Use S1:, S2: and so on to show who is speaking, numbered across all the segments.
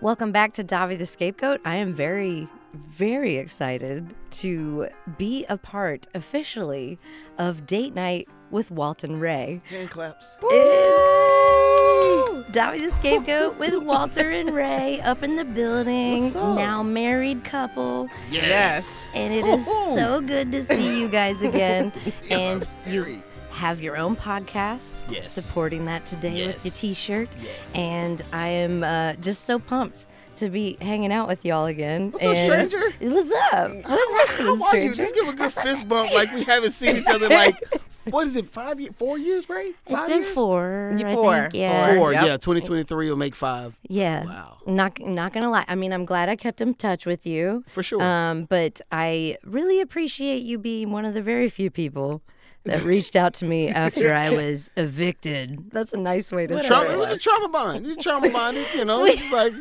S1: Welcome back to Davi the Scapegoat. I am very, very excited to be a part officially of Date Night with Walton Ray.
S2: Hand claps.
S1: It is Davi the Scapegoat with Walter and Ray up in the building,
S2: What's up?
S1: now married couple.
S2: Yes.
S1: And it is
S2: Woohoo.
S1: so good to see you guys again. and you
S2: very.
S1: have your own podcast,
S2: Yes.
S1: supporting that today with your
S2: Yes.
S1: t shirt.
S2: Yes.
S1: And I am uh, just so pumped to be hanging out with y'all again.
S2: What's up,
S1: And-
S2: stranger?
S1: What's up? What's happening,
S2: How are you?
S1: stranger?
S2: Just give a good fist bump like we haven't seen each other like what is it? Five years? Four years, right?
S1: It's
S2: Five
S1: been
S2: years?
S1: four. I
S3: Four.
S1: think. Yeah.
S2: Four.
S3: Yep.
S2: Yeah. 2023 will make five
S1: Yeah.
S2: Wow.
S1: Not not gonna lie. I mean, I'm glad I kept in touch with you.
S2: for sure.
S1: Um, but I really appreciate you being one of the very few people that reached out to me after I was evicted. That's a nice way to say
S2: Trauma,
S1: it.
S2: it was a trauma bond. It's trauma bond. It, you know, it's like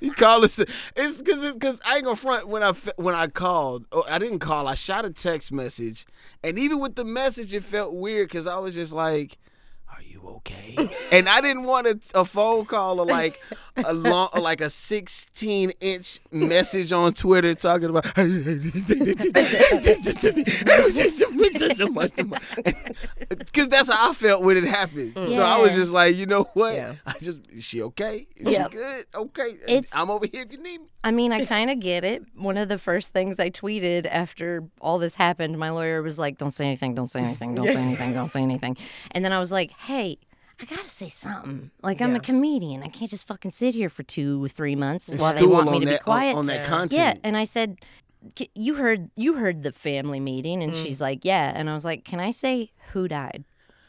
S2: he called us. It's because because I ain't gonna front when I fe- when I called. Oh, I didn't call. I shot a text message, and even with the message, it felt weird because I was just like, "Are you okay?" and I didn't want a, a phone call or like a long or like a sixteen inch message on Twitter talking about. Because that's how I felt when it happened. So I was
S1: Yeah.
S2: just it's like, you know what?
S3: Yeah.
S2: I just is she okay? Is
S1: Yeah.
S2: she good? Okay.
S1: It's-
S2: I'm over here if you need me.
S1: I mean, I kind of get it. One of the first things I tweeted after all this happened, my lawyer was like, "Don't say anything. Don't say anything. Don't say anything. Don't say anything." And then I was like, "Hey." I gotta say something. Like I'm a comedian. I can't just fucking sit here for two, three months while they
S2: Stool
S1: want me
S2: on
S1: to
S2: that,
S1: be
S2: on-
S1: quiet.
S2: On, that content.
S1: Yeah, and I said, "K- "You heard, you heard the family meeting,"
S2: Mm.
S1: and she's like, "Yeah," and I was like, "Can I say who died?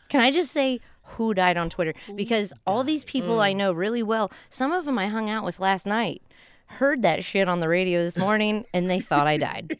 S1: Can I just say who died on Twitter? Because all these people
S2: Mm.
S1: I know really well, some of them I hung out with last night, heard that shit on the radio this morning, and they thought I died.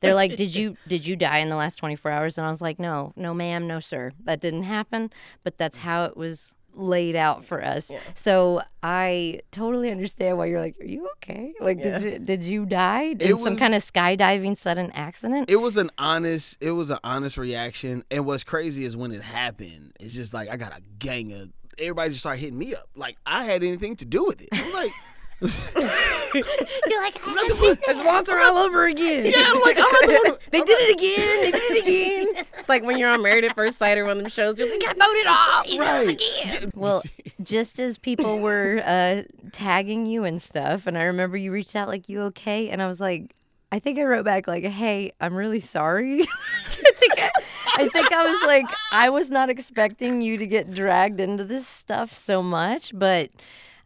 S1: They're like, "Did you did you die in the last 24 hours?" And I was like, "No, no, ma'am, no, sir, that didn't happen." But that's how it was laid out for us. So I totally understand why you're like, "Are you okay? Like, did you did you die in
S2: It
S1: some kind of
S2: was-
S1: skydiving sudden accident?"
S2: It was an honest it was an honest reaction. And what's crazy is when it happened, it's just like I got a gang of everybody just started hitting me up. Like I had anything to do with it. I'm like
S1: you're like, "I
S2: I'm not the one-
S3: It's Walter all over again.
S2: yeah, I'm like I'm not the one
S3: They did it again. They did it again. It's like when you're on Married at First Sight or one of them shows, you're like, I voted off.
S2: Right.
S1: Well, just as people were uh, tagging you and stuff, and I remember you reached out like, "You okay?" And I was like, I think I wrote back like, "Hey, I'm really sorry." I think I, I think I was like, I was not expecting you to get dragged into this stuff so much, but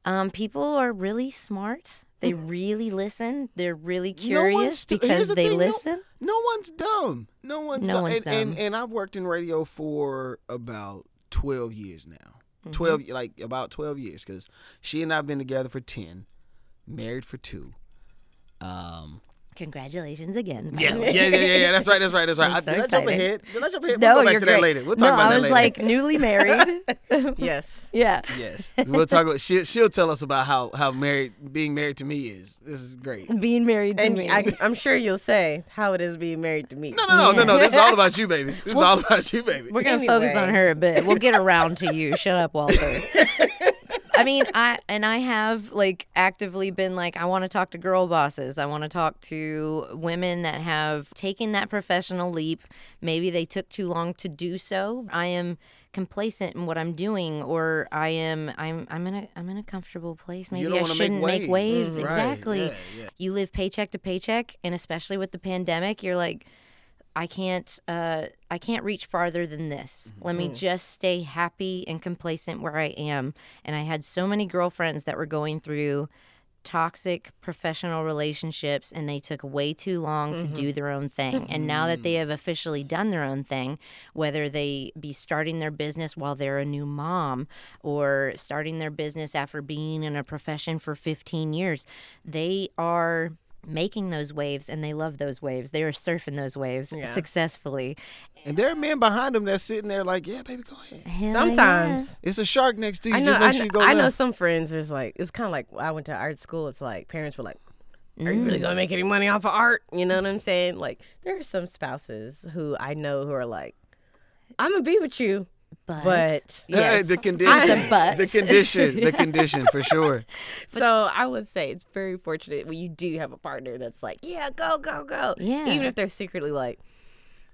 S1: um, people are really smart. They really listen. They're really
S2: Mm. No one's
S1: curious
S2: stu- here's
S1: because
S2: the
S1: they
S2: thing, no-
S1: listen.
S2: No, one's dumb. No one's
S1: No
S2: dumb.
S1: one's
S2: and, and
S1: dumb.
S2: and I've worked in radio for about 12 years now.
S1: Mm-hmm.
S2: 12 like about 12 years cuz she and I've been together for 10, married for 2. Um
S1: Congratulations again. by
S2: Yes.
S1: the
S2: Yeah,
S1: way.
S2: yeah, yeah, yeah. That's right. That's right. That's right. I,
S1: so
S2: did I jump
S1: excited.
S2: ahead? Did I jump ahead?
S1: No,
S2: we'll go back
S1: you're
S2: to
S1: great.
S2: that later. We'll talk
S1: no,
S2: about
S1: I
S2: that
S1: was
S2: later.
S1: like newly married.
S3: Yes.
S1: yeah.
S2: yes. We'll talk about she she'll tell us about how how married being married to me is. This is great.
S1: being married to
S3: And
S1: me.
S3: I, I'm sure you'll say how it is being married to me.
S2: No, no, no, no, no. This is all about you, baby. This is all about you, baby.
S1: We're gonna focus on
S3: Anyway.
S1: her a bit. We'll get around to you. Shut up, Walter. I mean, I and I have like actively been like, I want to talk to girl bosses. I want to talk to women that have taken that professional leap. Maybe they took too long to do so. I am complacent in what I'm doing, or I am I'm I'm in a I'm in a comfortable place. Maybe
S2: don't
S1: I
S2: wanna make
S1: shouldn't make waves.
S2: waves. Mhm. Right,
S1: Exactly.
S2: yeah, yeah.
S1: You live paycheck to paycheck, and especially with the pandemic, you're like. I can't uh, I can't reach farther than this. Let me just stay happy and complacent where I am. And I had so many girlfriends that were going through toxic professional relationships and they took way too long to do their own thing. And now that they have officially done their own thing, whether they be starting their business while they're a new mom or starting their business after being in a profession for 15 years, they are making those waves and they love those waves. They are surfing those waves successfully.
S2: And there are men behind them that's sitting there like, yeah, baby, go ahead.
S1: Hell
S3: Sometimes.
S2: It's a shark next to you.
S3: I know,
S2: Just make
S3: I,
S2: sure you
S3: know
S2: go
S3: I know
S2: left.
S3: some friends was like it was kind of like when I went to art school. It's like parents were like, "Are you really gonna make any money off of art?" You know what I'm saying? Like there are some spouses who I know who are like, "I'm gonna be with you
S1: But,
S3: But-
S1: yes.
S2: the
S1: Just a
S2: condition,
S1: but.
S2: the condition, the condition for sure.
S3: so I would say it's very fortunate when you do have a partner that's like, yeah, go, go, go.
S1: Yeah.
S3: Even if they're secretly like,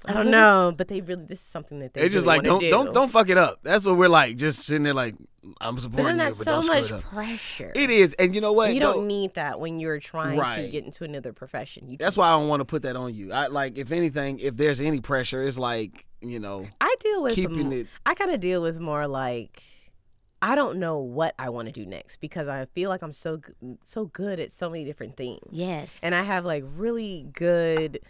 S3: I don't know, but they really this is something that they.
S2: They just
S3: really
S2: like don't
S3: wanna
S2: don't
S3: do."
S2: don't fuck it up. That's what we're like, just sitting there like I'm
S3: But then
S2: supporting you,
S3: that's
S2: but
S3: so
S2: don't screw
S3: much
S2: it up.
S3: pressure.
S2: It is, and you know what?
S3: you
S2: though?
S3: don't need that when you're trying to
S2: Right.
S3: get into another profession. You
S2: That's
S3: just-
S2: why I don't want to put that on you. I like if anything, if there's any pressure, it's like you know
S3: I deal with
S2: keeping
S3: m-
S2: it.
S3: I kind of deal with more like I don't know what I want to do next because I feel like I'm so g- so good at so many different things.
S1: yes.
S3: And I have like really good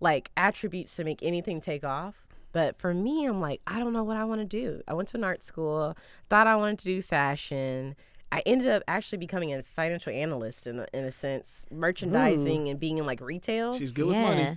S3: like attributes to make anything take off. But for me, I'm like, I don't know what I want to do. I went to an art school, thought I wanted to do fashion. I ended up actually becoming a financial analyst in a, in a sense, merchandising and being in like retail.
S2: She's good with
S1: yeah.
S2: money.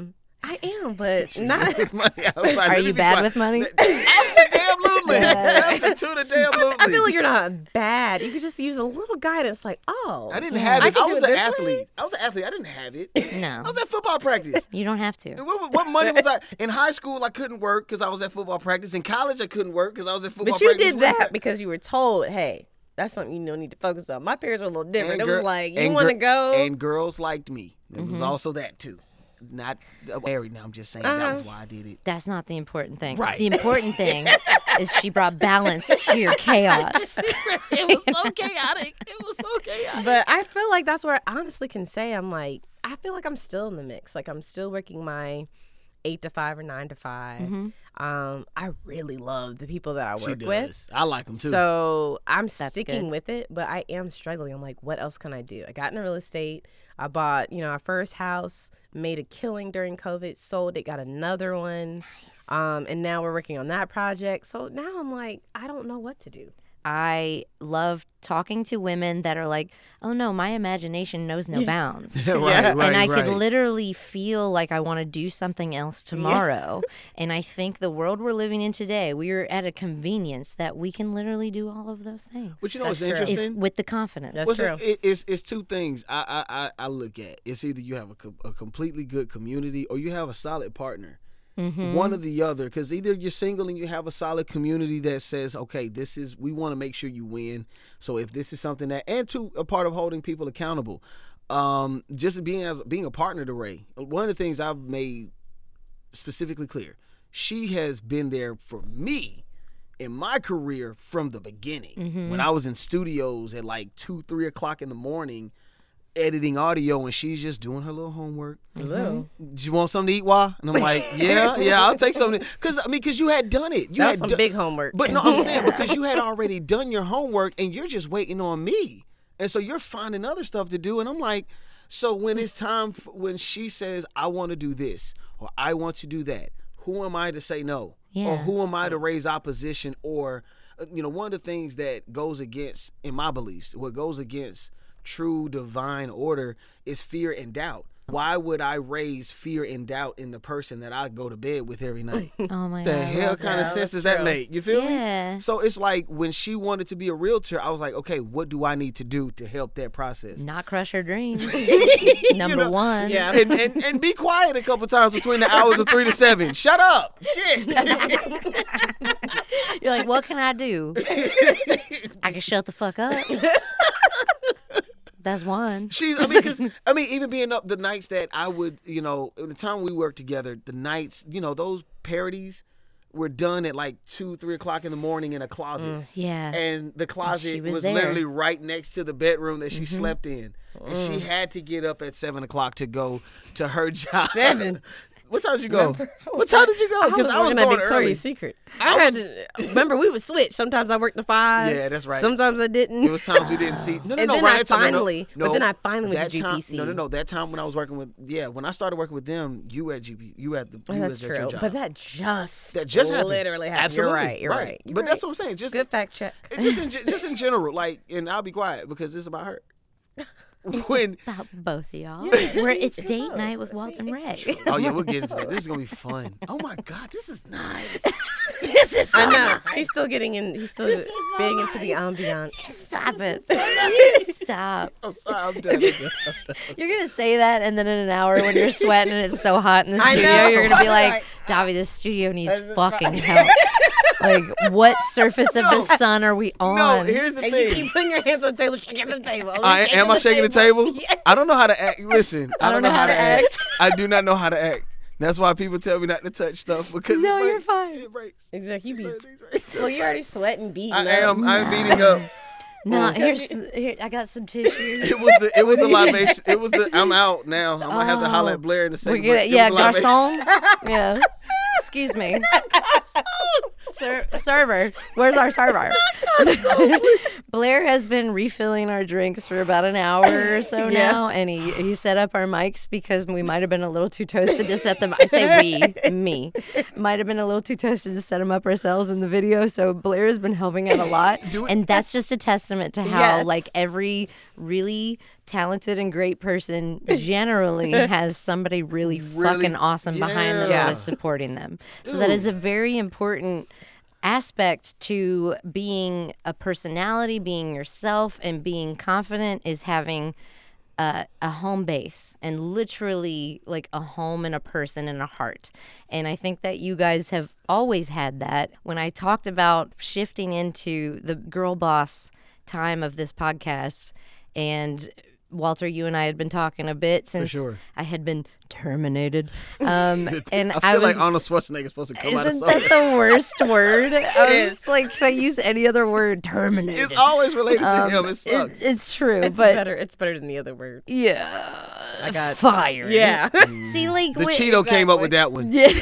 S3: Um, I am, but
S2: She's
S3: not
S2: good with money. I'm sorry,
S1: Are
S2: let
S1: you
S2: me be
S1: bad
S2: quiet.
S1: with money?
S2: Absolutely,
S1: Yeah.
S2: absolutely.
S3: I feel like you're not bad. You could just use a little guidance, like, oh,
S2: I didn't have it.
S3: can
S2: I,
S3: do
S2: was an
S3: it this way?
S2: athlete. I was an athlete. I didn't have it. I
S1: No.
S2: was at football practice.
S1: You don't have to.
S2: And What, what money was I in high school? I couldn't work because I was at football practice. In college, I couldn't work because I was at football.
S3: But you
S2: practice
S3: did that because you were told, hey, that's something you don't need to focus on. My parents were a little different.
S2: And
S3: it
S2: gir-
S3: was like, you
S2: and
S3: want to
S2: gir-
S3: go?
S2: And girls liked me. It was also that too. Not uh, married. Now I'm just saying that was why I did it.
S1: That's not the important thing.
S2: Right.
S1: The important thing is she brought balance to your chaos.
S2: it was so chaotic. It was so chaotic.
S3: but I feel like that's where I honestly can say I'm like, I feel like I'm still in the mix. Like I'm still working my eight to five or nine to 5 Um, I really love the people that I work with.
S2: I like them too.
S3: So I'm sticking
S1: good.
S3: with it, but I am struggling. I'm like, what else can I do? I got into real estate. I bought, you know, our first house, made a killing during COVID, sold it, got another one. Um, and now we're working on that project. So now I'm like, I don't know what to do.
S1: I love talking to women that are like, oh no, my imagination knows no bounds.
S2: right, right,
S1: and I
S2: right.
S1: could literally feel like I want to do something else tomorrow. and I think the world we're living in today, we are at a convenience that we can literally do all of those things
S2: But you know what's
S3: That's true.
S1: if,
S2: interesting?
S1: with the confidence.
S3: That's
S2: What's
S3: true.
S2: it- it- it's it's two things I I, I, I look at. It's either you have a, co- a completely good community or you have a solid partner.
S1: Mm-hmm.
S2: One or the other, because either you're single and you have a solid community that says, "Okay, this is we want to make sure you win." So if this is something that, and two, a part of holding people accountable, um, just being as being a partner to Ray. One of the things I've made specifically clear. She has been there for me in my career from the beginning. When I was in studios at like two, three o'clock in the morning editing audio and she's just doing her little homework.
S3: Hello.
S2: Do you want something to eat, Wah? And I'm like, Yeah, yeah, I'll take something. Cause I mean, cause you had done it. You
S3: That's
S2: had
S3: some
S2: do-
S3: big homework.
S2: But no, I'm saying because you had already done your homework and you're just waiting on me. And so you're finding other stuff to do. And I'm like, so when it's time, f- when she says, I want to do this or I want to do that, who am I to say no? Or
S1: Yeah.
S2: who am I to raise opposition? Or, uh, you know, one of the things that goes against, in my beliefs, what goes against true divine order is fear and doubt. Why would I raise fear and doubt in the person that I go to bed with every night?
S1: oh my
S2: the
S1: God. I
S2: hell
S1: love
S2: kind of
S1: that.
S2: sense does that make? You feel
S1: Yeah.
S2: me? So it's like when she wanted to be a realtor, I was like, okay, what do I need to do to help that process?
S1: Not crush her dreams. Number
S2: know,
S1: one.
S3: yeah.
S2: And, and and be quiet a couple times between the hours of three to seven. Shut up, shit.
S1: You're like, what can I do? I can shut the fuck up. That's one.
S2: She, I mean, 'cause- I mean, even being up the nights that I would, you know, the time we worked together, the nights, you know, those parodies were done at like two, three o'clock in the morning in a closet.
S1: Mm. Yeah.
S2: and the closet
S1: was
S2: was,
S1: there.
S2: literally right next to the bedroom that she
S3: Mm-hmm.
S2: slept in. And she
S3: Mm.
S2: had to get up at seven o'clock to go to her job.
S3: Seven?
S2: What time did you go? What time did you go? Because I was
S3: working at
S2: going
S3: Victoria's
S2: early.
S3: Secret. I had to remember we would switch. Sometimes I worked the five.
S2: Yeah, that's right.
S3: Sometimes I didn't.
S2: It was times we didn't see. No, no,
S3: And
S2: no.
S3: then
S2: right
S3: I
S2: that time, no, no,
S3: finally- but
S2: no,
S3: then I finally
S2: that
S3: went to
S2: time-
S3: GPC.
S2: no, no, no. That time when I was working with, yeah, when I started working with them, you were at GP. You were at the. You
S3: that's
S2: was At your
S3: true.
S2: job.
S3: But that just
S2: that just happened.
S3: literally happened.
S2: Absolutely.
S3: You're right. You're right. You're
S2: but that's
S3: right.
S2: what I'm saying. Just
S3: good fact check.
S2: And just in ge- just in general, like, and I'll be quiet because it's about her. When
S1: about both of y'all. Where it's date night with Walt and Ray.
S2: oh yeah, we'll get into that. This is gonna be fun. Oh my god, this is nice. this is so
S3: I know.
S2: nice.
S3: He's still getting in. He's still.
S2: This is
S3: big into the ambiance.
S1: Stop it. You Stop.
S2: I'm sorry, I'm done. with that.
S1: You're going to say that, and then in an hour when you're sweating and it's so hot in the studio,
S3: know.
S1: you're going to be
S3: I'm
S1: like,
S3: like,
S1: Davi, this studio needs fucking help. like, what surface of the sun are we on?
S2: no, here's the
S3: And
S2: thing.
S3: you keep putting your hands on the table, shaking the table.
S2: I am I shaking the table? I don't know how to act. Listen, I, don't know, how, to act. I do not know how to act. That's why people tell me not to touch stuff because
S1: No,
S2: it
S1: you're
S2: breaks.
S1: fine.
S2: It breaks.
S3: Exactly. You be,
S2: Everything's breaks.
S3: well, you're already sweating, beating.
S2: I
S3: up.
S2: am. I'm beating up.
S1: no, here's, here, I got some tissues.
S2: It was the. It was the libation. It was the. I'm out now. I'm gonna have to holler at Blair in a
S1: We're
S2: second.
S1: gonna,
S2: but it
S1: yeah,
S2: was libation.
S1: garçon. Yeah. Excuse me. Ser- server. Where's our server? Blair has been refilling our drinks for about an hour or so
S3: Yeah.
S1: now, and he, he set up our mics because we might have been a little too toasted to set them. I say we, me, might have been a little too toasted to set them up ourselves in the video. So Blair has been helping out a lot,
S2: Do it-
S1: and that's just a testament to how
S3: Yes.
S1: like every really talented and great person generally has somebody really, fucking awesome behind them
S2: yeah.
S1: who is supporting them. So that is a very important aspect to being a personality, being yourself, and being confident is having uh, a home base and literally like a home and a person and a heart. And I think that you guys have always had that. When I talked about shifting into the girl boss time of this podcast, and Walter, you and I had been talking a bit since
S2: sure.
S1: I had been terminated. Um, and
S2: I
S1: I,
S2: feel
S1: was
S2: like Arnold Schwarzenegger is supposed to come out of
S1: isn't that
S2: something.
S1: the worst word? I
S2: It
S1: was like, can I use any other word? Terminated.
S2: It's always related to him. Um, It
S1: It-
S2: sucks.
S1: it's true,
S3: It's
S1: but
S3: better. It's better than the other word.
S1: yeah, I
S3: got-
S1: fired.
S3: Yeah.
S1: See, like
S2: the
S1: wait-
S2: Cheeto came up with that one.
S1: Yeah.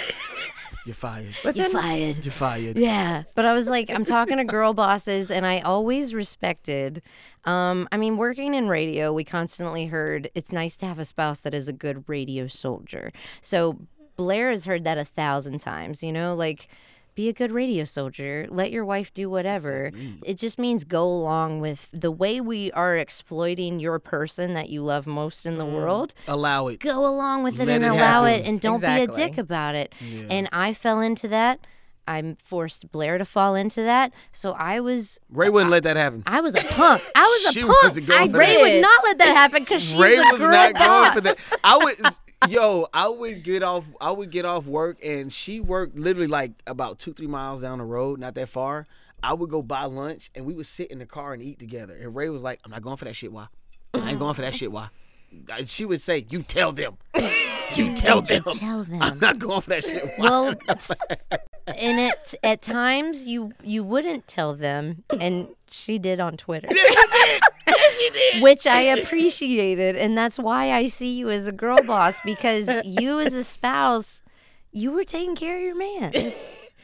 S2: You're fired.
S1: you
S3: Within-
S1: fired.
S2: You're fired.
S1: Yeah, but I was like, I'm talking to girl bosses, and I always respected. Um, I mean, working in radio, we constantly heard it's nice to have a spouse that is a good radio soldier. So Blair has heard that a thousand times. You know, like. Be a good radio soldier. Let your wife do whatever. It just means go along with the way we are exploiting your person that you love most in the
S2: Mm.
S1: world
S2: Allow it.
S1: go along with it
S2: Let
S1: and
S2: it
S1: allow
S2: happen.
S1: it and don't be a dick
S3: Exactly.
S1: about it. And I fell into that. I forced Blair to fall into that. So I was
S2: Ray wouldn't let that happen.
S1: I was a punk. I was a
S2: She
S1: punk.
S2: wasn't
S1: I-
S2: going for
S1: Ray
S3: that.
S1: would not let that happen because she's
S2: Ray
S1: a
S2: was
S1: girl
S2: not going
S1: boss.
S2: for that. I would, yo, I would get off. I would get off work, and she worked literally like about two, three miles down the road, not that far. I would go buy lunch, and we would sit in the car and eat together. And Ray was like, "I'm not going for that shit. Why? I ain't going for that shit. Why?" And she would say, "You tell them. You tell them.
S1: Tell
S2: I'm
S1: them.
S2: not going for that shit. Why?"
S1: Well, s- and it at times you you wouldn't tell them, and she did on Twitter. which I appreciated, and that's why I see you as a girl boss because you as a spouse, you were taking care of your man.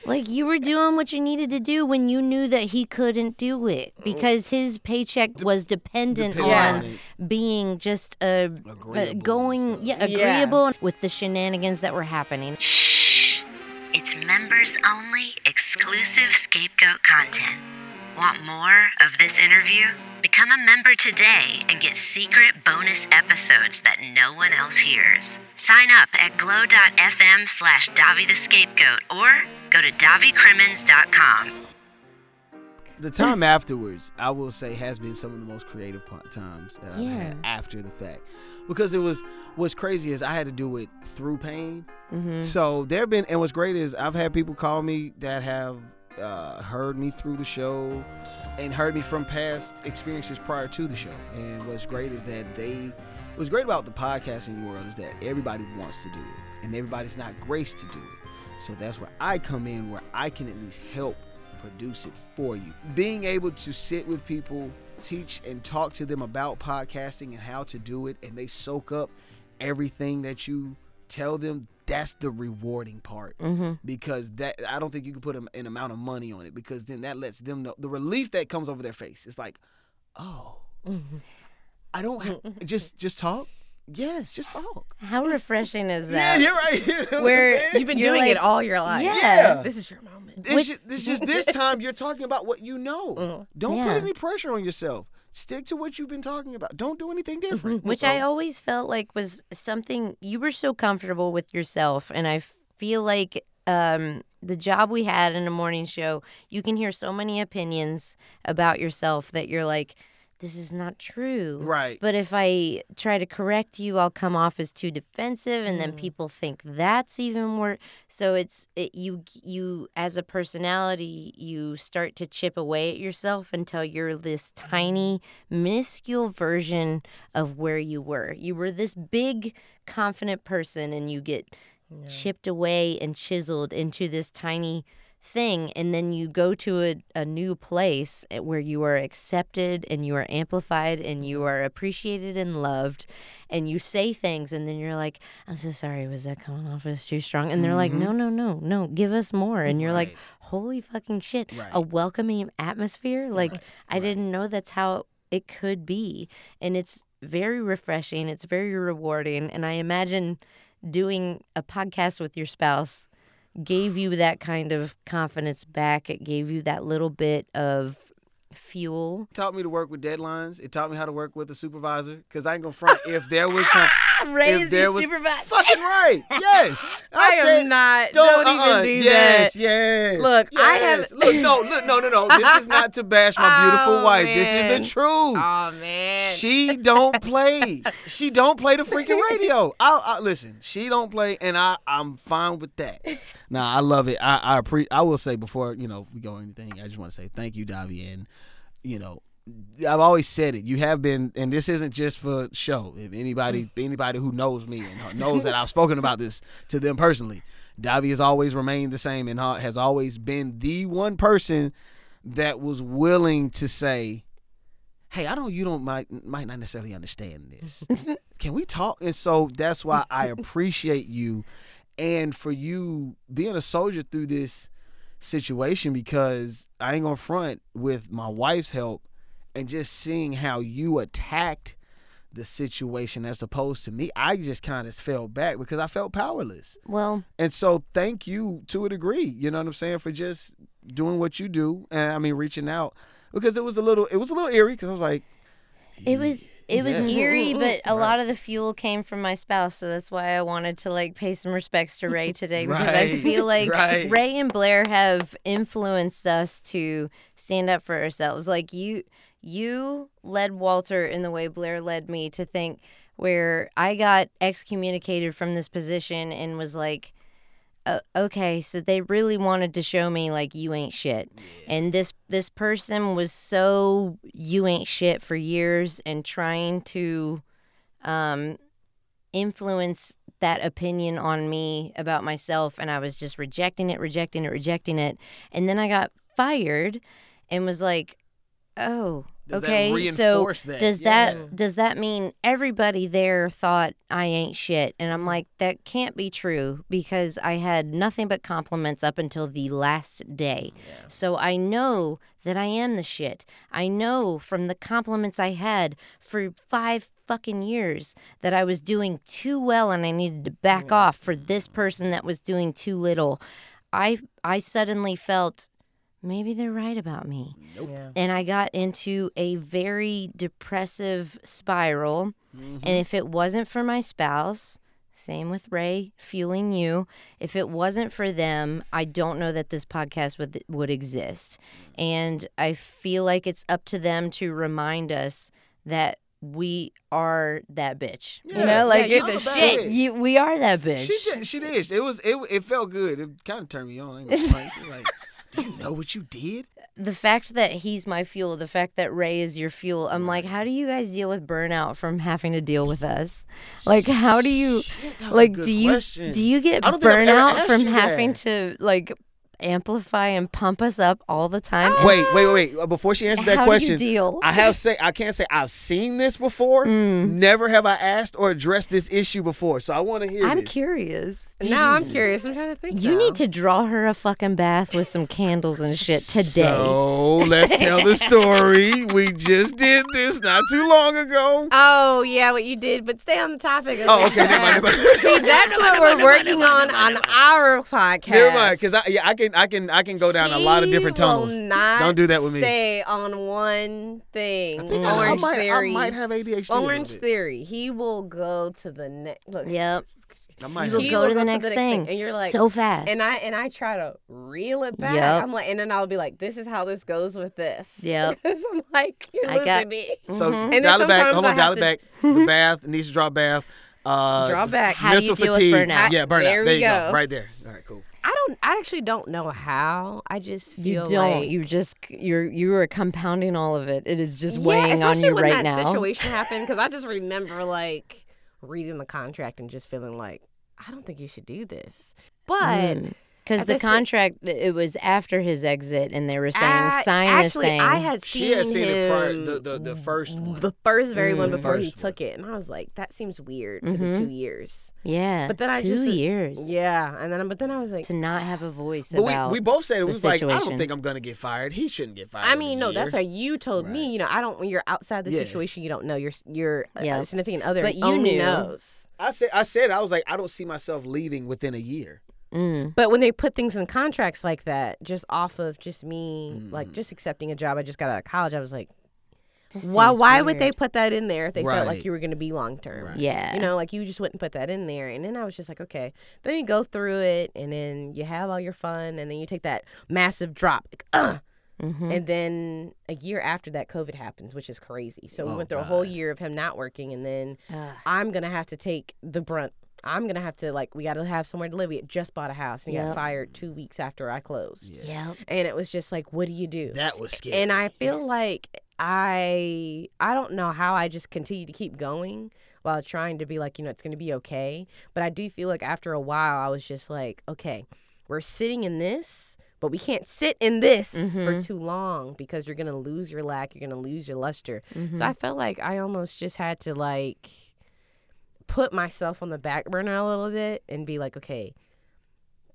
S1: Like you were doing what you needed to do when you knew that he couldn't do it because his paycheck was dependent
S2: dependent
S1: on
S2: on
S1: being just a, a
S2: Agreeable
S1: going
S2: and
S1: yeah agreable with the shenanigans that were happening.
S4: Shh! It's members only exclusive scapegoat content. Want more of this interview? Become a member today and get secret bonus episodes that no one else hears. Sign up at glow.fm slash Davi the Scapegoat or go to DaviCrimmins.com.
S2: The time afterwards, I will say, has been some of the most creative po- times that I've had
S1: Yeah.
S2: after the fact, because it was what's crazy is I had to do it through pain. So there have been, and what's great is I've had people call me that have uh, heard me through the show and heard me from past experiences prior to the show. And what's great is that they, what's great about the podcasting world is that everybody wants to do it, and everybody's not graced to do it. So that's where I come in, where I can at least help produce it for you. Being able to sit with people, teach and talk to them about podcasting and how to do it, and they soak up everything that you tell them. That's the rewarding part
S1: Mm-hmm.
S2: because that I don't think you can put an an amount of money on it because then that lets them know the relief that comes over their face. It's like, oh,
S1: Mm-hmm.
S2: I don't ha- just just talk. Yes, just talk.
S1: How refreshing is
S2: Yeah,
S1: that?
S2: you're right. You know what I'm
S1: Where
S2: saying?
S3: You've been
S1: You're
S3: doing
S1: like-
S3: it all your life.
S1: Yeah.
S3: This is your moment.
S2: It's, ju- it's just this time you're talking about what you know. Don't
S1: Mm, Yeah.
S2: put any pressure on yourself. Stick to what you've been talking about. Don't do anything different.
S1: which I always felt like was something you were so comfortable with yourself, and I feel like um, the job we had in a morning show, you can hear so many opinions about yourself that you're like, this is not true.
S2: Right.
S1: But if I try to correct you, I'll come off as too defensive, and then people think that's even worse. So it's it, you you as a personality, you start to chip away at yourself until you're this tiny, minuscule version of where you were. You were this big, confident person, and you get chipped away and chiseled into this tiny thing and then you go to a, a new place at- where you are accepted and you are amplified and you are appreciated and loved and you say things and then you're like i'm so sorry was that coming off as too strong and they're like no no no no give us more and you're like holy fucking shit a welcoming atmosphere like i didn't know that's how it could be and it's very refreshing it's very rewarding and i imagine doing a podcast with your spouse gave you that kind of confidence back. It gave you that little bit of fuel.
S2: taught me to work with deadlines. It taught me how to work with a supervisor. Because I ain't gonna front if there was some, if
S1: Raise
S2: there
S1: your
S2: was
S1: supervisor.
S2: fucking right. Yes,
S3: I
S2: said-
S3: am not.
S2: Don't,
S3: Don't,
S2: uh-uh.
S3: even do
S2: yes,
S3: that.
S2: Yes,
S3: Look, I
S2: yes.
S3: have-
S2: Look, no, look, no, no, no. This is not to bash my beautiful
S3: Oh,
S2: wife. This
S3: man.
S2: is the truth.
S3: Oh man.
S2: She don't play. she don't play the freaking radio. I, I listen. She don't play, and I I'm fine with that. Nah, I love it. I I appre- I will say before you know we go or anything, I just want to say thank you, Davi, and you know. I've always said it. You have been, and this isn't just for show. If anybody, anybody who knows me and knows that I've spoken about this to them personally, Davi has always remained the same, and ha- has always been the one person that was willing to say, hey, I don't you don't might might not necessarily understand this. Can we talk? And so that's why I appreciate you and for you being a soldier through this situation because I ain't gonna front with my wife's help and just seeing how you attacked the situation as opposed to me, I just kind of fell back because I felt powerless.
S1: Well,
S2: And so thank you to a degree, you know what I'm saying, for just doing what you do and I mean reaching out because it was a little it was a little eerie cuz I was like
S1: it was it was
S2: Yeah.
S1: eerie, but a lot of the fuel came from my spouse, so that's why I wanted to like pay some respects to Ray today because I
S2: Right,
S1: feel like
S2: right.
S1: Ray and Blair have influenced us to stand up for ourselves. Like you you led Walter in the way Blair led me to think where I got excommunicated from this position and was like "O- okay so they really wanted to show me like you ain't shit and this this person was so you ain't shit for years and trying to um influence that opinion on me about myself and I was just rejecting it, rejecting it, rejecting it. And then I got fired and was like, "Oh,
S2: Does that
S1: okay. So
S2: reinforce that?
S1: does
S2: Yeah.
S1: that does that mean everybody there thought I ain't shit?" And I'm like, "That can't be true because I had nothing but compliments up until the last day." So I know that I am the shit. I know from the compliments I had for five fucking years that I was doing too well and I needed to back off for this person that was doing too little. I I suddenly felt maybe they're right about me.
S3: Yeah.
S1: And I got into a very depressive spiral. And if it wasn't for my spouse, same with Ray fueling you, if it wasn't for them, I don't know that this podcast would would exist. And I feel like it's up to them to remind us that we are that bitch.
S2: Yeah.
S1: You know, like
S3: Yeah,
S1: you're
S3: you're
S1: the
S3: the
S1: shit.
S2: bitch.
S1: You, we are that bitch.
S2: She just, she did. It was it it felt good. It kind of turned me on. I ain't gonna front. She like, do you know what you did?
S1: the fact that he's my fuel, the fact that Ray is your fuel, I'm like, how do you guys deal with burnout from having to deal with us? Like, how do you,
S2: that was a
S1: like,
S2: good
S1: do you
S2: question.
S1: do you get
S2: I don't think I've ever
S1: burnout
S2: asked
S1: from
S2: you
S1: having
S2: that.
S1: to like amplify and pump us up all the time? And
S2: Ah! Wait, wait, wait, wait. Before she answers that
S1: How do you
S2: question,
S1: deal?
S2: I have say I can't say I've seen this before.
S1: Mm.
S2: Never have I asked or addressed this issue before. So I want to hear.
S1: I'm
S2: this.
S1: curious.
S3: Now I'm curious. I'm trying to think.
S1: You
S3: now.
S1: need to draw her a fucking bath with some candles and shit today.
S2: So let's tell the story. we just did this not too long ago.
S3: Oh yeah, what you did, but stay on the topic. of
S2: Oh,
S3: this
S2: okay. Never mind.
S3: podcast.
S2: Never mind.
S3: See, that's what we're working on on our podcast.
S2: Never mind, because I yeah I can I can I can go down a lot of
S3: He
S2: different
S3: will
S2: tunnels.
S3: not
S2: Don't do that with me.
S3: Stay on one thing.
S2: I think I- I
S3: Orange
S2: might- I
S3: theory.
S2: might have ADHD a little
S3: Orange
S2: bit.
S3: theory. He will go to the next. Look,
S1: Yep.
S2: I might
S1: You
S2: have
S1: will
S2: to-
S3: He
S1: go
S3: will
S1: to the next thing,
S3: and you're like
S1: so fast.
S3: and I and I try to reel it back.
S1: Yep.
S3: I'm like, and then I'll be like, "This is how this goes with this."
S1: Yep.
S3: 'Cause I'm like, "You're
S1: I
S3: losing
S1: got-
S3: me."
S2: So
S1: Mhm.
S3: Mm-hmm. then
S2: dial it back.
S3: sometimes
S2: Hold
S3: I
S2: on,
S3: have
S2: dial it
S3: to-
S2: back. the bath needs to draw a bath. Uh,
S3: Draw back.
S1: How do you
S2: mental
S1: deal with
S2: fatigue.
S1: burnout?
S2: Yeah, burnout. There,
S3: There we
S2: you go.
S3: go.
S2: Right there. All right, cool.
S3: I don't. I actually don't know how. I just
S5: You
S3: feel
S5: don't.
S3: like
S5: you just you're you are compounding all of it. It is just
S3: yeah,
S5: weighing on
S3: especially
S5: you
S3: when
S5: right
S3: that
S5: now.
S3: situation happened because I just remember like reading the contract and just feeling like I don't think you should do this. But
S5: Mm.
S1: Because
S3: At
S1: the
S3: the sa-
S1: contract, it was after his exit, and they were saying,
S3: I-
S1: sign
S3: actually,
S1: this thing.
S3: I had seen,
S2: She had seen
S3: him
S2: it prior, the, the,
S5: Mm.
S2: the first one.
S3: the first very one
S1: Mm.
S3: before he
S2: First
S3: took it, and I was like, that seems weird for
S1: Mhm.
S5: Mm-hmm.
S3: the two years.
S1: yeah,
S3: but then I
S1: two
S3: just- uh,
S1: years
S3: Yeah, and then but then I was like,
S1: to not have a voice
S2: but
S1: about.
S2: we, we both said it
S1: the
S2: was like, I don't
S1: situation.
S2: think I'm gonna get fired. He shouldn't get fired.
S3: I
S2: in
S3: mean,
S2: a
S3: no,
S2: year.
S3: that's why you told
S2: Right.
S3: me. You know, I don't. When you're outside the
S2: Yeah.
S3: situation, you don't know your your uh,
S1: Yeah.
S3: significant other.
S1: But you
S3: only
S1: knew.
S3: knows.
S2: I said. I said. I was like, I don't see myself leaving within a year.
S1: Mm.
S3: But when they put things in contracts like that, just off of just me,
S2: Mm.
S3: like just accepting a job, I just got out of college. I was like,
S1: This
S3: why?
S1: seems
S3: Why would they
S1: weird.
S3: put that in there if they felt
S2: Right.
S3: like you were going to be long term?
S2: Right.
S1: Yeah,
S3: You know, like you just wouldn't put that in there. And then I was just like, okay. Then you go through it, and then you have all your fun, and then you take that massive drop. Like, uh,
S2: Mm-hmm.
S1: Mhm.
S3: And then a year after that, COVID happens, which is crazy. So we
S2: Oh,
S3: went through a whole
S2: God.
S3: year of him not working, and then
S1: Ugh.
S3: I'm gonna have to take the brunt. I'm gonna have to like we got to have somewhere to live. We had just bought a house, and he
S1: Yep.
S3: got fired two weeks after I closed,
S1: Yep.
S3: and it was just like, what do you do?
S2: That was scary.
S3: and I feel
S1: Yes.
S3: like I I don't know how I just continue to keep going while trying to be like you know it's gonna be okay. But I do feel like after a while I was just like okay we're sitting in this, but we can't sit in this for
S1: Mhm.
S3: too long because you're gonna lose your lack, you're gonna lose your luster.
S1: Mhm.
S3: So I felt like I almost just had to like put myself on the back burner a little bit and be like okay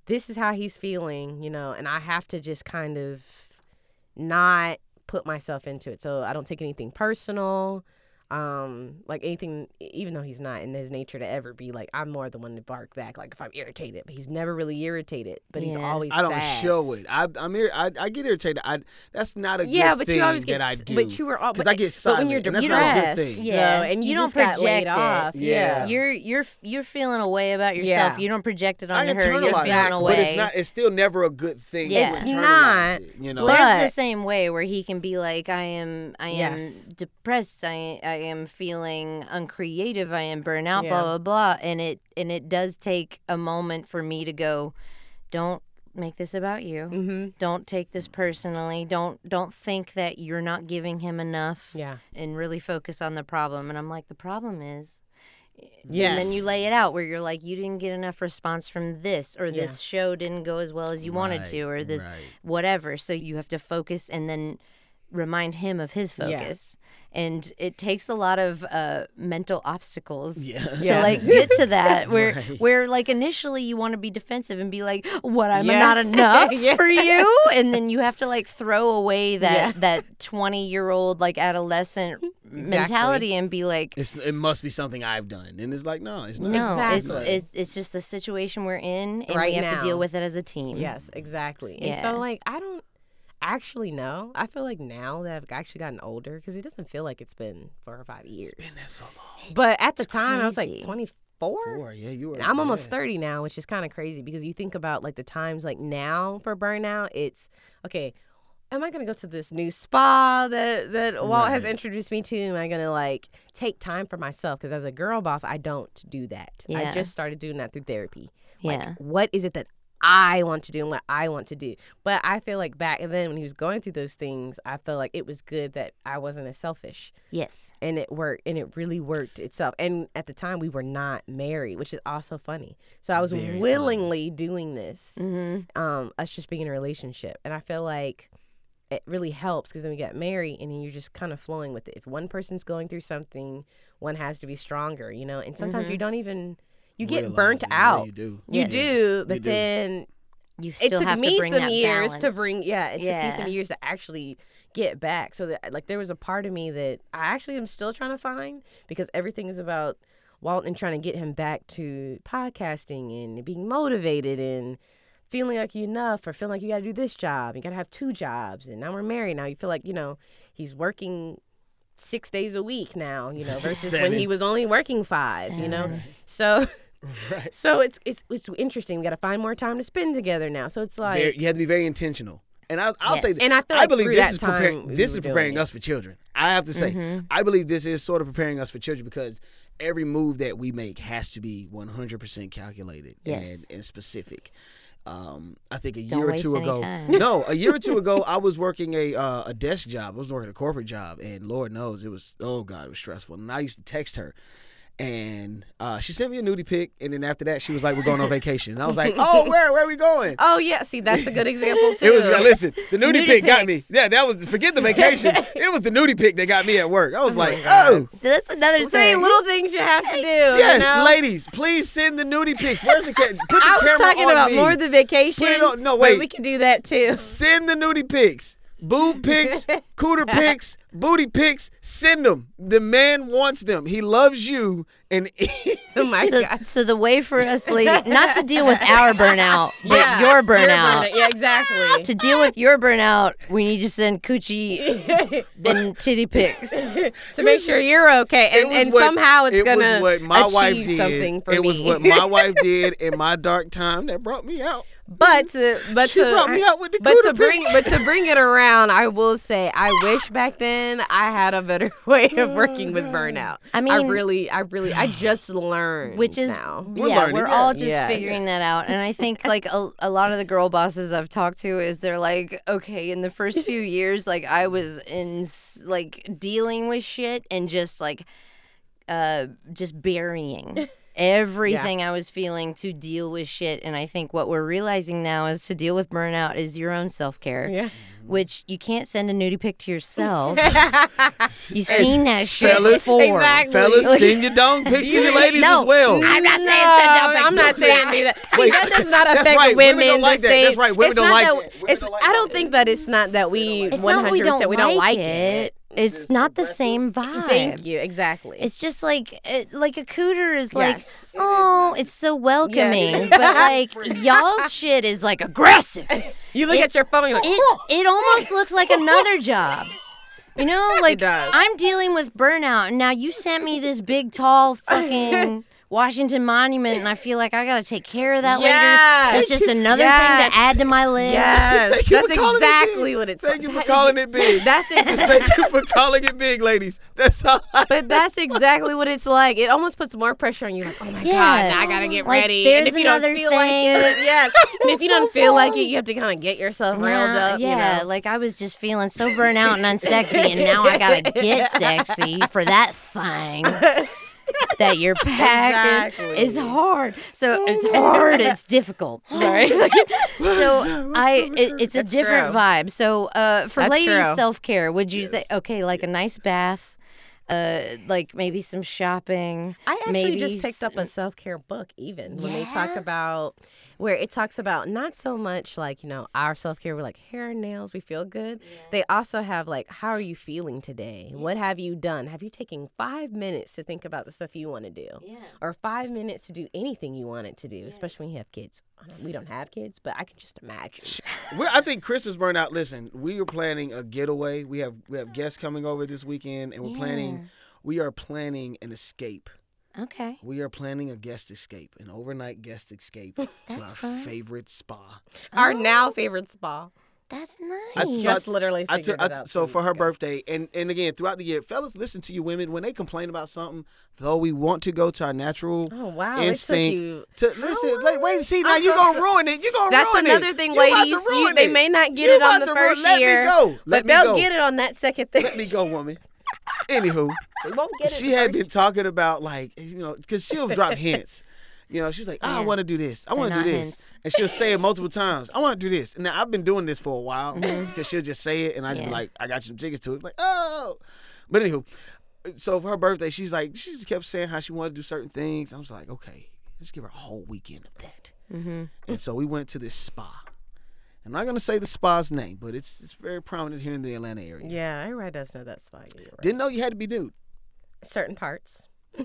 S3: this is how he's feeling, you know, and I have to just kind of not put myself into it. So I don't take anything personal. Um, like anything, even though he's not in his nature to ever be like, I'm more the one to bark back. Like if I'm irritated, but he's never really irritated, but he's
S1: Yeah.
S3: always
S2: I don't
S3: sad.
S2: show it. I, I'm here. I, I get irritated. I that's not a
S3: yeah,
S2: good
S3: but
S2: thing
S3: you always get,
S2: that I
S3: s-
S2: do.
S3: but you were all,
S2: 'Cause
S3: but,
S2: I get
S3: but when you're
S2: silent, and that's
S3: depressed,
S2: not a good thing.
S1: Yeah.
S3: though, and
S1: You
S3: you,
S1: don't
S3: just got laid
S1: project it.
S3: off.
S2: Yeah.
S1: You're you're f- you're feeling a way about yourself.
S3: Yeah.
S1: You don't project it
S2: I
S1: onto her.
S2: internalize
S1: You're feeling
S2: it,
S1: a
S2: but it's
S1: way.
S2: not. It's still never a good thing.
S1: Yeah.
S2: to
S1: It's
S2: internalize
S3: not,
S2: It, you know.
S1: Blair's the
S3: But-
S1: same way where he can be like, I am, I am
S3: Yes.
S1: depressed. I, I am feeling uncreative. I am burnout.
S3: Yeah.
S1: Blah blah blah. And it, and it does take a moment for me to go, don't make this about you.
S3: Mm-hmm.
S1: Don't take this personally. Don't, don't think that you're not giving him enough.
S3: Yeah.
S1: And really focus on the problem. And I'm like, the problem is.
S3: Yes.
S1: And then you lay it out where you're like, you didn't get enough response from this, or
S3: Yeah.
S1: this show didn't go as well as you wanted to, or this whatever. So you have to focus and then remind him of his
S3: Yeah.
S1: focus. And it takes a lot of uh, mental obstacles.
S2: Yeah.
S1: To
S3: Yeah.
S1: like get to that where
S2: Right.
S1: where like initially you want to be defensive and be like what I'm
S3: Yeah.
S1: not enough
S3: Yeah.
S1: for you and then you have to like throw away that
S3: Yeah.
S1: that 20 year old like adolescent mentality and be like
S2: It's, it must be something I've done, and it's like no, it's not.
S1: no
S3: Exactly.
S1: it's, it's it's just the situation we're in and
S3: Right
S1: we have to deal
S3: now.
S1: with it as a team
S3: Yes, exactly. And
S1: Yeah.
S3: so like I don't actually know. I feel like now that I've actually gotten older because it doesn't feel like it's been four or five years.
S2: That's so long.
S3: But at the time I was like
S1: crazy.
S3: 24.
S2: Four, yeah, you were.
S3: And I'm almost
S2: yeah.
S3: 30 now, which is kind of crazy because you think about like the times like now for burnout, it's okay, am I going to go to this new spa that that Walt has
S2: Right.
S3: introduced me to? Am I going to like take time for myself because as a girl boss, I don't do that.
S1: Yeah.
S3: I just started doing that through therapy. Like,
S1: yeah
S3: what is it that I want to do and what I want to do? But I feel like back then when he was going through those things, I felt like it was good that I wasn't as selfish.
S1: yes
S3: And it worked, and it really worked itself. And at the time, we were not married, which is also funny. So I was
S2: Very funny. Mm.
S3: willingly doing this,
S1: hmm
S3: um, us just being in a relationship. And I feel like it really helps because then we got married, and then you're just kind of flowing with it. If one person's going through something, one has to be stronger, you know? And sometimes you don't even, you get
S2: Mm-hmm. Realize
S3: burnt
S2: it, yeah,
S3: out.
S2: You do.
S3: You
S1: Yes.
S3: do, but
S2: do.
S3: then
S1: You
S3: it
S1: still
S3: took
S1: have
S3: me
S1: to bring
S3: some
S1: that
S3: years to
S1: balance.
S3: bring. Yeah, it took me
S1: Yeah.
S3: some years to actually get back. So that like there was a part of me that I actually am still trying to find because everything is about Walton trying to get him back to podcasting and being motivated and feeling like you enough or feeling like you got to do this job. You got to have two jobs, and now we're married. Now you feel like you know he's working six days a week now. You know versus when
S2: Seven.
S3: he was only working five. You know, so
S2: Right.
S3: So it's it's it's interesting. We got to find more time to spend together now. So it's like
S2: Very- you have to be very intentional. And I, I'll say
S1: Yes.
S2: this.
S3: And I feel like
S2: believe
S3: through
S2: this
S3: that
S2: is
S3: time,
S2: preparing.
S3: we
S2: This
S3: were
S2: is
S3: doing
S2: preparing
S3: it. Mm-hmm.
S2: us for children. I have to say, I believe this is sort of preparing us for children because every move that we make has to be 100% calculated
S1: Yes.
S2: and, and specific. Um, I think a
S1: Don't
S2: year or
S1: waste
S2: two
S1: any
S2: ago.
S1: time.
S2: No, a year or two ago, I was working a uh, a desk job. I was working a corporate job, and Lord knows it was oh god, it was stressful. And I used to text her, and uh, she sent me a nudie pic, and then after that, she was like, "We're going on vacation," and I was like, "Oh, where where are we going?"
S3: oh yeah, see that's a good example too.
S2: It was listen, the nudie,
S1: Nudie
S2: pic got me.
S1: pics.
S2: Yeah, that was forget the vacation. it was the nudie pic that got me at work. I was like, oh.
S1: So that's another
S3: Say
S1: thing.
S3: little things you have to do.
S2: Yes,
S3: Oh, you know?
S2: ladies, please send the nudie pics. Where's the ca- put the
S3: I was
S2: camera
S3: talking
S2: on
S3: about
S2: me.
S3: more the vacation.
S2: Put it on- no,
S3: but
S2: wait.
S3: we can do that too.
S2: Send the nudie pics, boob pics, cooter pics, booty pics. Send them. The man wants them. He loves you, and
S3: Oh my
S1: so,
S3: god.
S1: so the way for us, lady, not to deal with our burnout, but
S3: Yeah,
S1: your burnout. Ah,
S3: Yeah, exactly.
S1: To deal with your burnout, we need to send coochie and titty pics.
S3: to make sure you're okay, and,
S2: was
S3: and
S2: what-
S3: somehow it's
S2: it was
S3: gonna
S2: what my
S3: achieve
S2: wife did.
S3: something for
S2: it
S3: me.
S2: was what my wife did in my dark time that brought me out.
S3: but to, but
S2: She
S3: to
S2: brought me out with the
S3: but to
S2: cooter
S3: bring but to bring it around, I will say I wish back then I had a better way of
S2: Oh,
S3: working with burnout.
S1: I
S3: I
S1: mean-
S3: really, I really, I just learned,
S1: which is
S3: now.
S2: We're
S1: yeah,
S2: learning,
S1: we're
S2: yeah.
S1: all just
S3: Yes.
S1: figuring that out, and I think like a, a lot of the girl bosses I've talked to is they're like, okay, in the first few years, like I was in s- like dealing with shit and just like, uh, just burying everything I was feeling to deal with shit, and I think what we're realizing now is to deal with burnout is your own self care,
S3: Yeah.
S1: which you can't send a nudie pic to yourself.
S3: exactly.
S1: You've seen that shit
S2: fellas,
S1: before.
S2: Fellas,
S1: Like-
S2: send your dong pics to your ladies
S1: No.
S2: as well.
S1: I'm not saying
S3: No,
S1: send up
S3: I'm not
S1: pictures.
S3: saying do that. See,
S2: Wait,
S3: that does not
S2: that's
S3: affect
S2: right.
S3: women
S2: Women don't like
S3: the
S2: that.
S3: same.
S2: That's right. Women
S3: it's
S2: don't
S3: not
S2: like
S3: that.
S2: that. Women
S3: It's,
S2: don't like
S3: I
S2: that.
S3: don't think that it's not that we
S1: It's
S3: 100
S1: not we don't,
S3: we
S1: like,
S3: don't like
S1: it.
S3: it.
S1: It's not the same vibe.
S3: Thank you. Exactly.
S1: It's just like it, like a cooter is like,
S3: Yes. It is
S1: oh, it's so welcoming,
S3: Yes.
S1: but like y'all's shit is like aggressive. It
S3: you look
S1: it-
S3: at your phone. You're like,
S1: it, almost looks like another job. You know, like
S3: does.
S1: I'm dealing with burnout, and now you sent me this big, tall, fucking Washington Monument, and I feel like I gotta take care of that
S3: Yes.
S1: later. That's just another
S3: Yes.
S1: thing to add to my list.
S3: yes,
S2: Thank you
S3: that's
S2: for calling it big.
S3: exactly what it's.
S2: Thank you for calling it big.
S3: That's
S2: Just
S3: exactly.
S2: thank you for calling it big, ladies. That's all. I-
S3: But that's exactly what it's like. It almost puts more pressure on you. Like, oh my
S1: Yeah.
S3: god, now I gotta get
S1: Like,
S3: ready.
S1: there's
S3: and if you don't
S1: another
S3: feel like
S1: thing.
S3: it, yes. And if you don't feel like it, you have to kind of get yourself riled
S1: Yeah,
S3: up.
S1: yeah,
S3: You know?
S1: like I was just feeling so burnt out and unsexy, and now I gotta get sexy for that thing that you're packing.
S3: Exactly.
S1: It's hard. So it's hard. It's difficult. Sorry. so I, it, it's a
S3: That's
S1: different
S3: true.
S1: vibe. So uh, for
S3: That's
S1: ladies
S3: true.
S1: self care, would you say okay, like a nice bath, uh, like maybe some shopping?
S3: I actually
S1: maybe
S3: just picked up
S2: uh,
S3: a
S1: s-
S3: self care book, even when they
S1: Yeah?
S3: talk about where it talks about not so much like, you know, our self care, we're like hair and nails, we feel good. They also have like, how are you feeling today? What have you done? Have you taken five minutes to think about the stuff you want to do? Or five minutes to do anything you wanted to do, especially when you have kids. I don't- We don't have kids, but I can just imagine.
S2: Well, I think Christmas burnout. Listen, we were planning a getaway. We have we have guests coming over this weekend, and we're planning. We are planning an escape.
S1: okay.
S2: We are planning a guest escape, an overnight guest escape to our favorite spa.
S3: Our
S2: oh.
S3: now favorite spa.
S1: That's nice.
S2: I
S3: Just literally
S2: I took-
S3: figured
S2: I
S3: it
S2: t-
S3: out
S2: So
S3: two
S2: for
S3: weeks
S2: her
S3: ago.
S2: birthday, and and again throughout the year, fellas, listen to you women when they complain about something. Though we want to go to our natural
S3: Oh, wow. It took you-
S2: instinct to listen.
S3: long?
S2: Like, wait, see now
S3: I'm
S2: you
S3: so
S2: gonna
S3: so-
S2: ruin it. You gonna
S3: That's
S2: ruin it.
S3: another thing,
S2: You about to
S3: ladies. You-
S2: ruin
S3: they
S2: it.
S3: may not get
S2: You
S3: it on
S2: about
S3: the
S2: to ruin-
S3: first
S2: let me
S3: year,
S2: go. Let
S3: but
S2: me
S3: they'll
S2: go.
S3: get it on that second thing.
S2: Let me go, woman. Anywho,
S3: They won't get it.
S2: she had been talking about like you know because she'll drop hints. You know, she was like, oh, I want to do this. I want to
S1: not
S2: do this.
S1: hints.
S2: And she'll say it multiple times. I want to do this. Now, I've been doing this for a while because she'll just say it, and I just be
S1: Yeah.
S2: like, I got you some tickets to it. Like, oh. But anywho, so for her birthday, she's like, she just kept saying how she wanted to do certain things. I was like, okay, let's give her a whole weekend of that. And so we went to this spa. I'm not going to say the spa's name, but it's, it's very prominent here in the Atlanta area.
S3: Yeah, everybody does know that spot. You're right.
S2: Didn't know you had to be nude.
S3: Certain parts,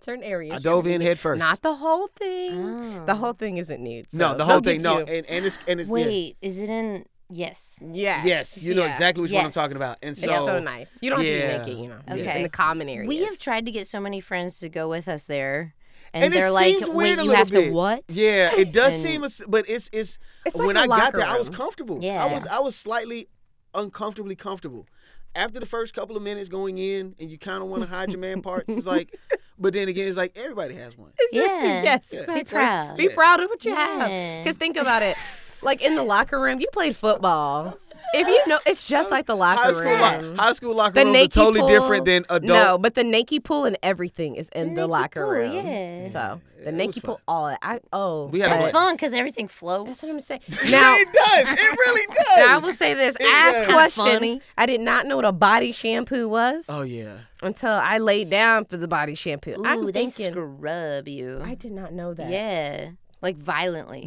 S3: certain areas.
S2: I dove in head first.
S3: Not the whole thing. The
S1: Oh.
S3: whole thing isn't nude.
S2: no,
S3: so
S2: the whole
S3: they'll
S2: thing.
S3: give
S2: No,
S3: you-
S2: and, and it's and it's yeah.
S1: Wait, is it in? Yes.
S3: Yes.
S2: Yes, you know
S3: yeah.
S2: exactly which one I'm
S1: Yes.
S2: talking about. And so,
S3: It's so, nice. You don't have
S2: Yeah.
S3: to be naked, you know,
S1: Okay.
S3: in the common areas.
S1: We have tried to get so many friends to go with us there. and,
S2: it
S1: they're like,
S2: seems
S1: "Wait,
S2: weird a
S1: you
S2: little
S1: have
S2: bit.
S1: to what?"
S2: Yeah, it does
S1: And-
S2: seem, a s- but it's it's,
S3: It's like
S2: when
S3: a
S2: I got
S3: locker
S2: there, I was
S3: room.
S2: comfortable.
S1: Yeah.
S2: I was I was slightly uncomfortably comfortable. After the first couple of minutes going in, and you kind of want to hide your man parts, it's like, but then again, it's like everybody has one.
S1: Yeah.
S3: yes,
S2: Yeah. Be
S3: exactly.
S1: proud.
S3: Be proud of what you have.
S1: Yeah.
S3: Because think about it. Like in the locker room, you played football. If you know, it's just like the locker
S2: High school, lo-
S3: room.
S2: high school locker
S3: the
S2: rooms are
S3: Nike
S2: totally
S3: pool,
S2: different than
S3: No,
S2: adult.
S3: but the Nike pool and everything is in
S1: The
S3: the,
S1: Nike
S3: locker
S1: pool,
S3: room.
S1: yeah.
S3: So
S2: Yeah,
S3: the
S2: it was
S3: Nike
S2: fun.
S3: pool, all that. I oh,
S2: We had a
S1: It's
S2: Right.
S1: fun because everything floats.
S3: That's what I'm saying.
S2: Yeah,
S3: Now
S2: it does. It really does.
S3: now I will say this: ask
S2: kinda
S3: questions.
S1: funny.
S3: I did not know what a body shampoo was
S2: oh yeah.
S3: until I laid down for the body shampoo. I'm
S1: Ooh, they
S3: thinking
S1: scrub you.
S3: I did not know that.
S1: Yeah, like violently,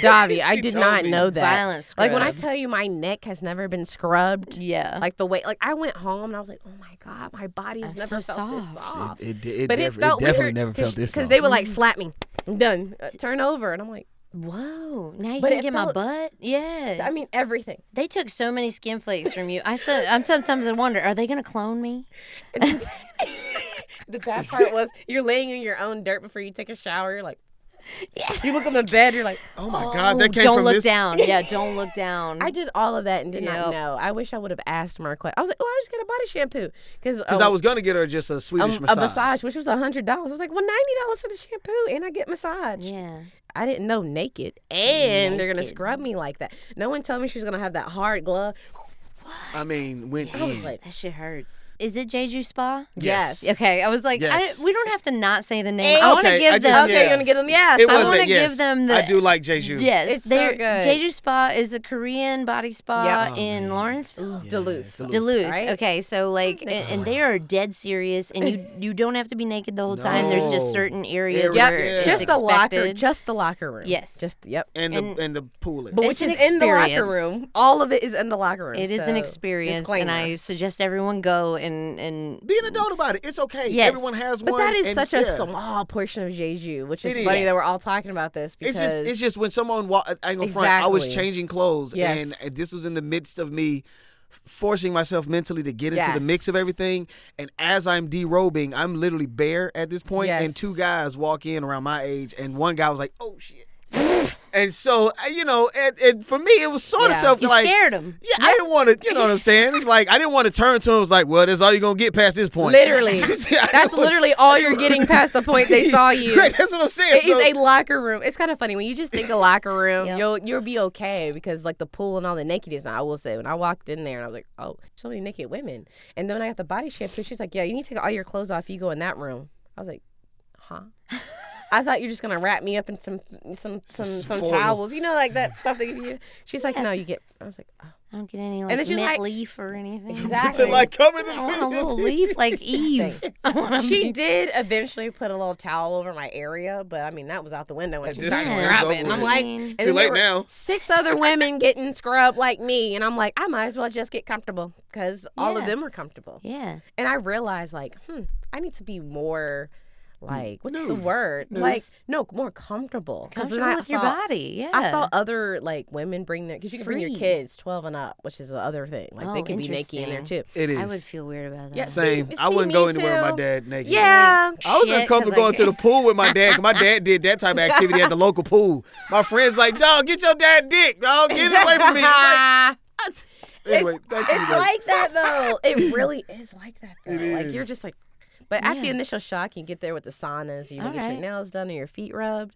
S3: Davi, I
S2: She
S3: did
S2: told
S3: not
S2: me.
S3: know that.
S1: violent scrub.
S3: Like when I tell you my neck has never been scrubbed,
S1: yeah,
S3: like the way, like I went home and I was like, oh my god, my body's
S1: I'm
S3: never
S1: so
S3: felt this
S1: soft.
S3: soft.
S2: It, it, it,
S3: but
S2: def-
S3: it felt
S2: it definitely
S3: weird
S2: never felt this
S3: because
S2: soft.
S3: they would like slap me. Mm-hmm. I'm done. Uh, turn over, and I'm like,
S1: whoa. Now you
S3: But
S1: can
S3: it
S1: get my
S3: felt-
S1: butt. Yeah,
S3: I mean everything.
S1: they took so many skin flakes from you. I so I'm sometimes I wonder, are they gonna clone me?
S3: The bad part was you're laying in your own dirt before you take a shower. You're like, you look on the bed. You're like,
S2: oh my god, that
S1: Oh,
S2: came
S1: don't
S2: from
S1: look
S2: this.
S1: down. Yeah, don't look down.
S3: I did all of that and did not
S1: Yep.
S3: know. I wish I would have asked more questions. I was like, oh, I just got a body shampoo because
S2: Because
S1: Oh.
S2: I was gonna get her just a Swedish
S3: a
S1: Um,
S2: massage.
S3: massage, which was hundred dollars. I was like, well, ninety dollars for the shampoo, and I get massage.
S1: yeah,
S3: I didn't know naked, and they're gonna
S1: Naked.
S3: scrub me like that. No one told me she was gonna have that hard glove.
S2: I mean, went
S3: I was
S2: in.
S3: like,
S1: that shit hurts. Is it Jeju Spa?
S2: Yes.
S3: yes.
S1: Okay, I was like,
S2: Yes.
S1: I, we don't have to not say the name. I want
S2: okay,
S1: to
S2: I
S1: give
S2: just-
S1: them.
S3: Eh, Okay,
S2: Yeah.
S3: you're gonna give them the ass.
S2: It
S1: I
S2: was
S1: wanna
S2: that,
S1: give
S2: yes.
S1: them the-
S2: I do like Jeju.
S1: Yes,
S3: It's so
S1: they're
S3: good.
S1: Jeju Spa is a Korean body spa
S2: Oh,
S1: in Lawrenceville.
S3: Duluth.
S1: Duluth.
S3: Right?
S1: Okay, so like, and, and they are dead serious, and you you don't have to be naked the whole time. There's
S2: No.
S1: just certain areas
S2: Yep.
S1: where
S2: Yeah.
S1: it's
S3: just
S1: expected.
S3: the locker, just the locker room.
S1: Yes.
S3: just yep.
S2: And the and,
S1: And-
S2: the pool.
S3: But
S1: It's
S3: which
S1: an
S3: is in the locker
S1: experience.
S3: room. All of it is in the locker room.
S1: it is
S3: so,
S1: an experience, and
S3: disclaimer.
S1: I suggest everyone go and and
S2: Be an adult about it. It's okay.
S1: Yes.
S2: Everyone has
S3: But
S2: one.
S3: that is
S2: and-
S3: such a
S2: yeah.
S3: small portion of Jeju, which is
S2: It
S3: funny
S2: is.
S3: that we're all talking about this because
S2: It's just it's just when someone walk I ain't gonna front, I was
S3: Exactly.
S2: changing clothes
S3: Yes.
S2: and this was in the midst of me forcing myself mentally to get into the mix of
S3: Yes.
S2: everything and as I'm derobing, I'm literally bare at this point, and
S3: Yes.
S2: two guys walk in around my age and one guy was like, "Oh shit." and so, I- you know, and, and for me it was sort of
S3: Yeah.
S2: self
S1: you
S2: like
S1: scared them.
S2: Yeah, I didn't want to, you know what I'm saying? It's like I didn't want to turn to him. It was like, well, that's all you're gonna get past this point.
S3: literally
S2: I didn't
S3: that's
S2: wanna-
S3: literally all you're getting past the point they saw you.
S2: Right, that's what I'm saying.
S3: It is
S2: So-
S3: a locker room. It's kind of funny when you just think a locker room, you'll you'll be okay because like the pool and all the nakedness. Now I will say when I walked in there and I was like, oh, so many naked women. And then when I got the body shampoo, she's like, yeah, you need to take all your clothes off. You go in that room. I was like, huh. I thought you're just gonna wrap me up in some some some some
S2: foil.
S3: towels, you know, like that stuff that you. She's like, no, you get. I was like, oh.
S1: I don't get any
S3: then
S1: like mint
S3: she's like-
S1: leaf or anything.
S3: Exactly.
S2: to like cover
S1: I
S2: the
S1: want a little leaf like Eve. I want to
S3: she did eventually put a little towel over my area, but I mean that was out the window when
S2: At
S3: she
S2: this
S3: started
S1: point, it's
S3: scrubbing.
S2: over
S3: I'm
S2: with.
S3: like,
S1: It's
S3: and
S1: too
S3: then there
S2: late
S3: were
S2: now.
S3: Six other women getting scrubbed like me, and I'm like, I might as well just get comfortable because all of
S1: Yeah.
S3: them were comfortable.
S1: Yeah.
S3: And I realized like, hmm, I need to be more.
S1: Hmm.
S3: Like what's the
S2: Nude.
S3: word? Like no, more comfortable. 'Cause then
S1: Comfortable
S3: I
S1: with your
S3: saw-
S1: body. Yeah.
S3: I saw other like women bring their because you can bring your
S1: Free.
S3: kids twelve and up, which is the other thing. Like they
S1: Oh,
S3: can be naked in there too.
S1: interesting.
S2: It is.
S1: I would feel weird about that.
S3: Yeah, see,
S2: Same. I
S3: see,
S2: wouldn't
S3: me
S2: go anywhere with my
S3: too.
S2: dad naked. I
S3: Yeah,
S2: was
S1: Shit, 'cause
S2: uncomfortable
S1: I
S2: going to the
S1: can't.
S2: pool with my dad. 'cause My dad did that type of activity at the local pool. My friends like, dog, get your dad dick, dog, get it away from me. It's like, anyway, back to you
S3: It's
S2: guys.
S3: like that though. It really is like that though.
S2: It
S3: like
S2: is.
S3: you're just like, but after the initial shock, you get there with the saunas, you
S1: All
S3: get your
S1: right.
S3: nails done and your feet rubbed.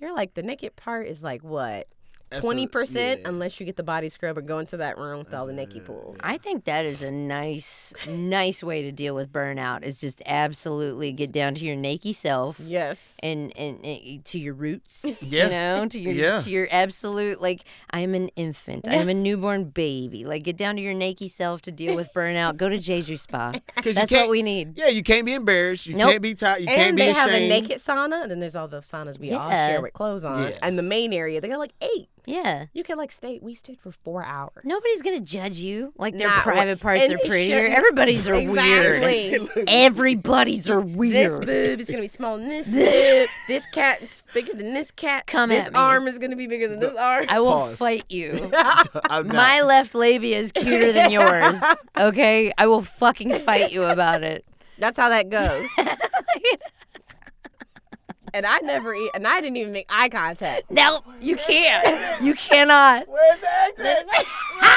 S3: You're like the naked part is like what
S2: That's a-
S3: twenty percent,
S2: yeah.
S3: unless you get the body scrub and go into that room with all the naked pools.
S1: I think that is a nice, nice way to deal with burnout is just absolutely get down to your naked self
S3: yes.
S1: and, and, and to your roots.
S2: Yeah.
S1: You know, to your
S2: Yeah.
S1: to your absolute like I am an infant. I am a newborn baby. Like get down to your naked self to deal with burnout. Go to Jeju Spa.
S2: 'Cause you
S1: That's
S2: can't-
S1: what we need.
S2: Yeah, you can't be embarrassed. You
S1: Nope.
S2: can't be tired. You can't
S3: and
S2: be
S3: they
S2: ashamed.
S3: have a naked sauna, and then there's all the saunas we all
S1: Yeah.
S3: share with clothes on.
S2: Yeah.
S3: And the main area, they got like eight.
S1: Yeah.
S3: You can like stay. We stayed for four hours.
S1: Nobody's gonna judge you. Like their
S3: Not one-
S1: private parts
S3: and
S1: are
S3: they
S1: prettier.
S3: shouldn't.
S1: Everybody's are
S3: Exactly.
S1: weird. Everybody's are
S3: this
S1: weird.
S3: boob is gonna be smaller than this boob. This cat's bigger than this cat.
S1: Come
S3: this
S1: at me.
S3: arm is gonna be bigger than this arm.
S1: I will
S2: Pause.
S1: fight you.
S2: I'm not.
S1: My left labia is cuter than yours. Okay, I will fucking fight you about it.
S3: That's how that goes. and I never e- and I didn't even make eye contact.
S1: No, you can't. You cannot.
S2: Where's the exit? Where's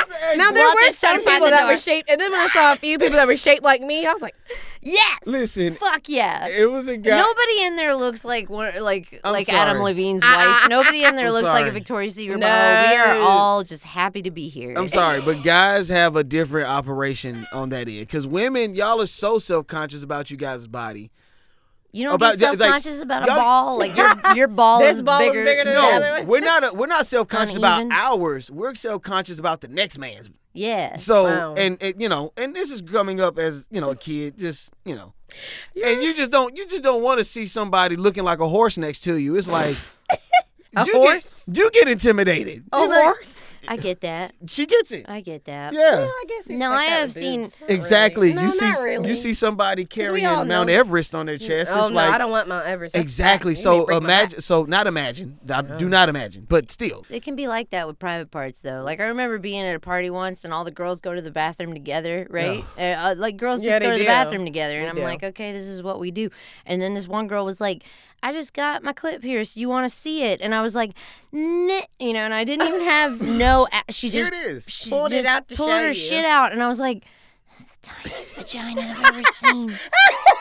S2: the exit?
S3: Now there
S1: Watch
S3: were
S1: us
S3: some
S1: try to find
S3: people
S1: the
S3: that were
S1: door.
S3: shaped, and then when I saw a few people that were shaped like me, I was like,
S1: Yes.
S2: Listen,
S1: Fuck yeah.
S2: it was a guy.
S1: Nobody in there looks like one, like
S2: I'm
S1: like
S2: sorry.
S1: Adam Levine's wife. Nobody in there
S2: I'm
S1: looks like
S2: sorry.
S1: a Victoria's Secret
S3: Ah, No.
S1: model. We are all just happy to be here.
S2: I'm sorry, but guys have a different operation on that end. Because women, y'all are so self conscious about you guys' body.
S1: You don't get
S2: About that, like,
S1: self-conscious about a
S2: y'all-
S1: ball. Like your your ball
S3: This
S1: is
S3: ball is
S1: bigger.
S3: bigger than that.
S2: No, we're not. uh, we're not self conscious about
S1: Uneven.
S2: ours. We're self conscious about the next man's.
S1: Yeah.
S2: So
S3: Wow.
S2: and, and, you know, and this is coming up as you know a kid, just you know, and you just don't you just don't want to see somebody looking like a horse next to you. It's like
S3: A
S2: you
S3: horse?
S2: Get, you get intimidated.
S3: "Oh, Uh, horse."
S1: I get that.
S2: She gets it.
S1: I get that.
S2: yeah.
S3: I guess
S1: No, I have seen-
S2: Exactly.
S3: No,
S2: you
S3: not
S2: see,
S3: really.
S2: you see somebody carrying
S3: all
S2: Mount
S3: know-
S2: Everest on their chest.
S3: Oh
S2: it's
S3: no,
S2: like
S3: I don't want Mount Everest. That's
S2: exactly.
S3: fat. You may
S2: So
S3: break my back.
S2: imagine. So not imagine. I Do not imagine. But still,
S1: It can be like that with private parts, though. Like I remember being at a party once, and all the girls go to the bathroom together, right? Uh, uh, like girls
S3: Yeah,
S1: just go
S3: they
S1: to
S3: do.
S1: the bathroom together, and
S3: They
S1: I'm
S3: do.
S1: like, okay, this is what we do. And then this one girl was like, "I just got my clip pierced. You want to see it?" And I was like, "Nah," you know, and I didn't even have no. a- She
S2: here
S1: just
S2: it is.
S1: she
S3: Pulled it
S1: just
S3: out to
S1: pulled
S3: show
S1: her
S3: you.
S1: shit out, and I was like, "That's the tiniest vagina I've ever seen."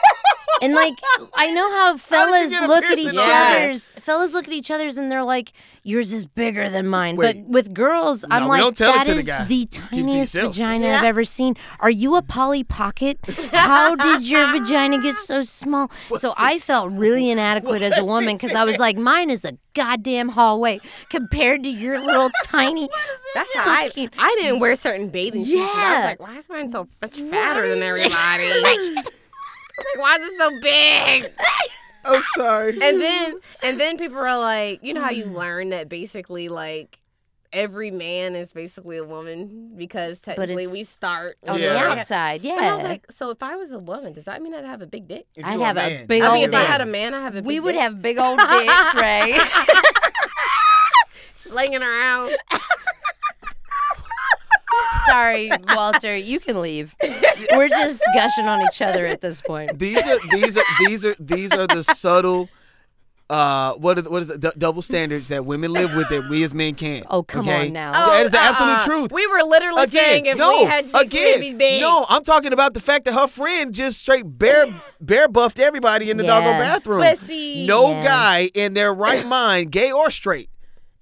S1: and like, I know how fellas
S2: get a
S1: look at
S2: piercing
S1: each
S3: on that?
S1: other's. Fellas look at each other's, and they're like, "Yours is bigger than mine."
S2: Wait.
S1: But with girls, I'm
S2: we
S1: like,
S2: don't tell it
S1: "That
S2: to the
S1: is
S2: guy.
S1: the
S2: to
S1: tiniest
S2: yourself."
S1: vagina I've ever seen." Are you a Polly Pocket? How did your vagina get so small? So I felt really inadequate as a woman because I was like, "Mine is a goddamn hallway compared to your little tiny."
S3: That's how I.
S1: Fucking-
S3: I didn't wear certain bathing shoes. and I was
S1: Yeah.
S3: like, why is mine so much fatter than everybody? I was like, why is it so big?
S2: I'm sorry.
S3: And then, and then people are like, you know how you learn that basically like. Every man is basically a woman because technically
S1: it's-
S3: we start
S1: on
S2: Yeah.
S1: the outside. Yeah.
S3: And I was like, so if I was a woman, does that mean I'd have a big dick?
S2: If
S1: I'd
S2: you a
S1: have a
S2: man,
S1: big
S2: you
S3: I
S1: old
S3: mean, if I
S1: dick.
S3: had a man, I have a.
S1: we
S3: big
S1: would
S3: dick.
S1: have big old dicks, Ray.
S3: slinging around.
S1: Sorry, Walter, you can leave. We're just gushing on each other at this point.
S2: These are these are these are these are the subtle. Uh, what are the, what is the d- double standards that women live with that we as men can't?
S1: Oh, come
S2: okay?
S1: on now.
S2: that is the
S3: Oh,
S2: absolute
S3: uh-uh.
S2: truth.
S3: We were literally saying if we had dicks,
S2: again,
S3: we'd be big.
S2: no. I'm talking about the fact that her friend just straight bare bare buffed everybody in the
S1: Yeah.
S2: doggone bathroom.
S3: But see-
S2: no
S1: Yeah.
S2: guy in their right mind, gay or straight,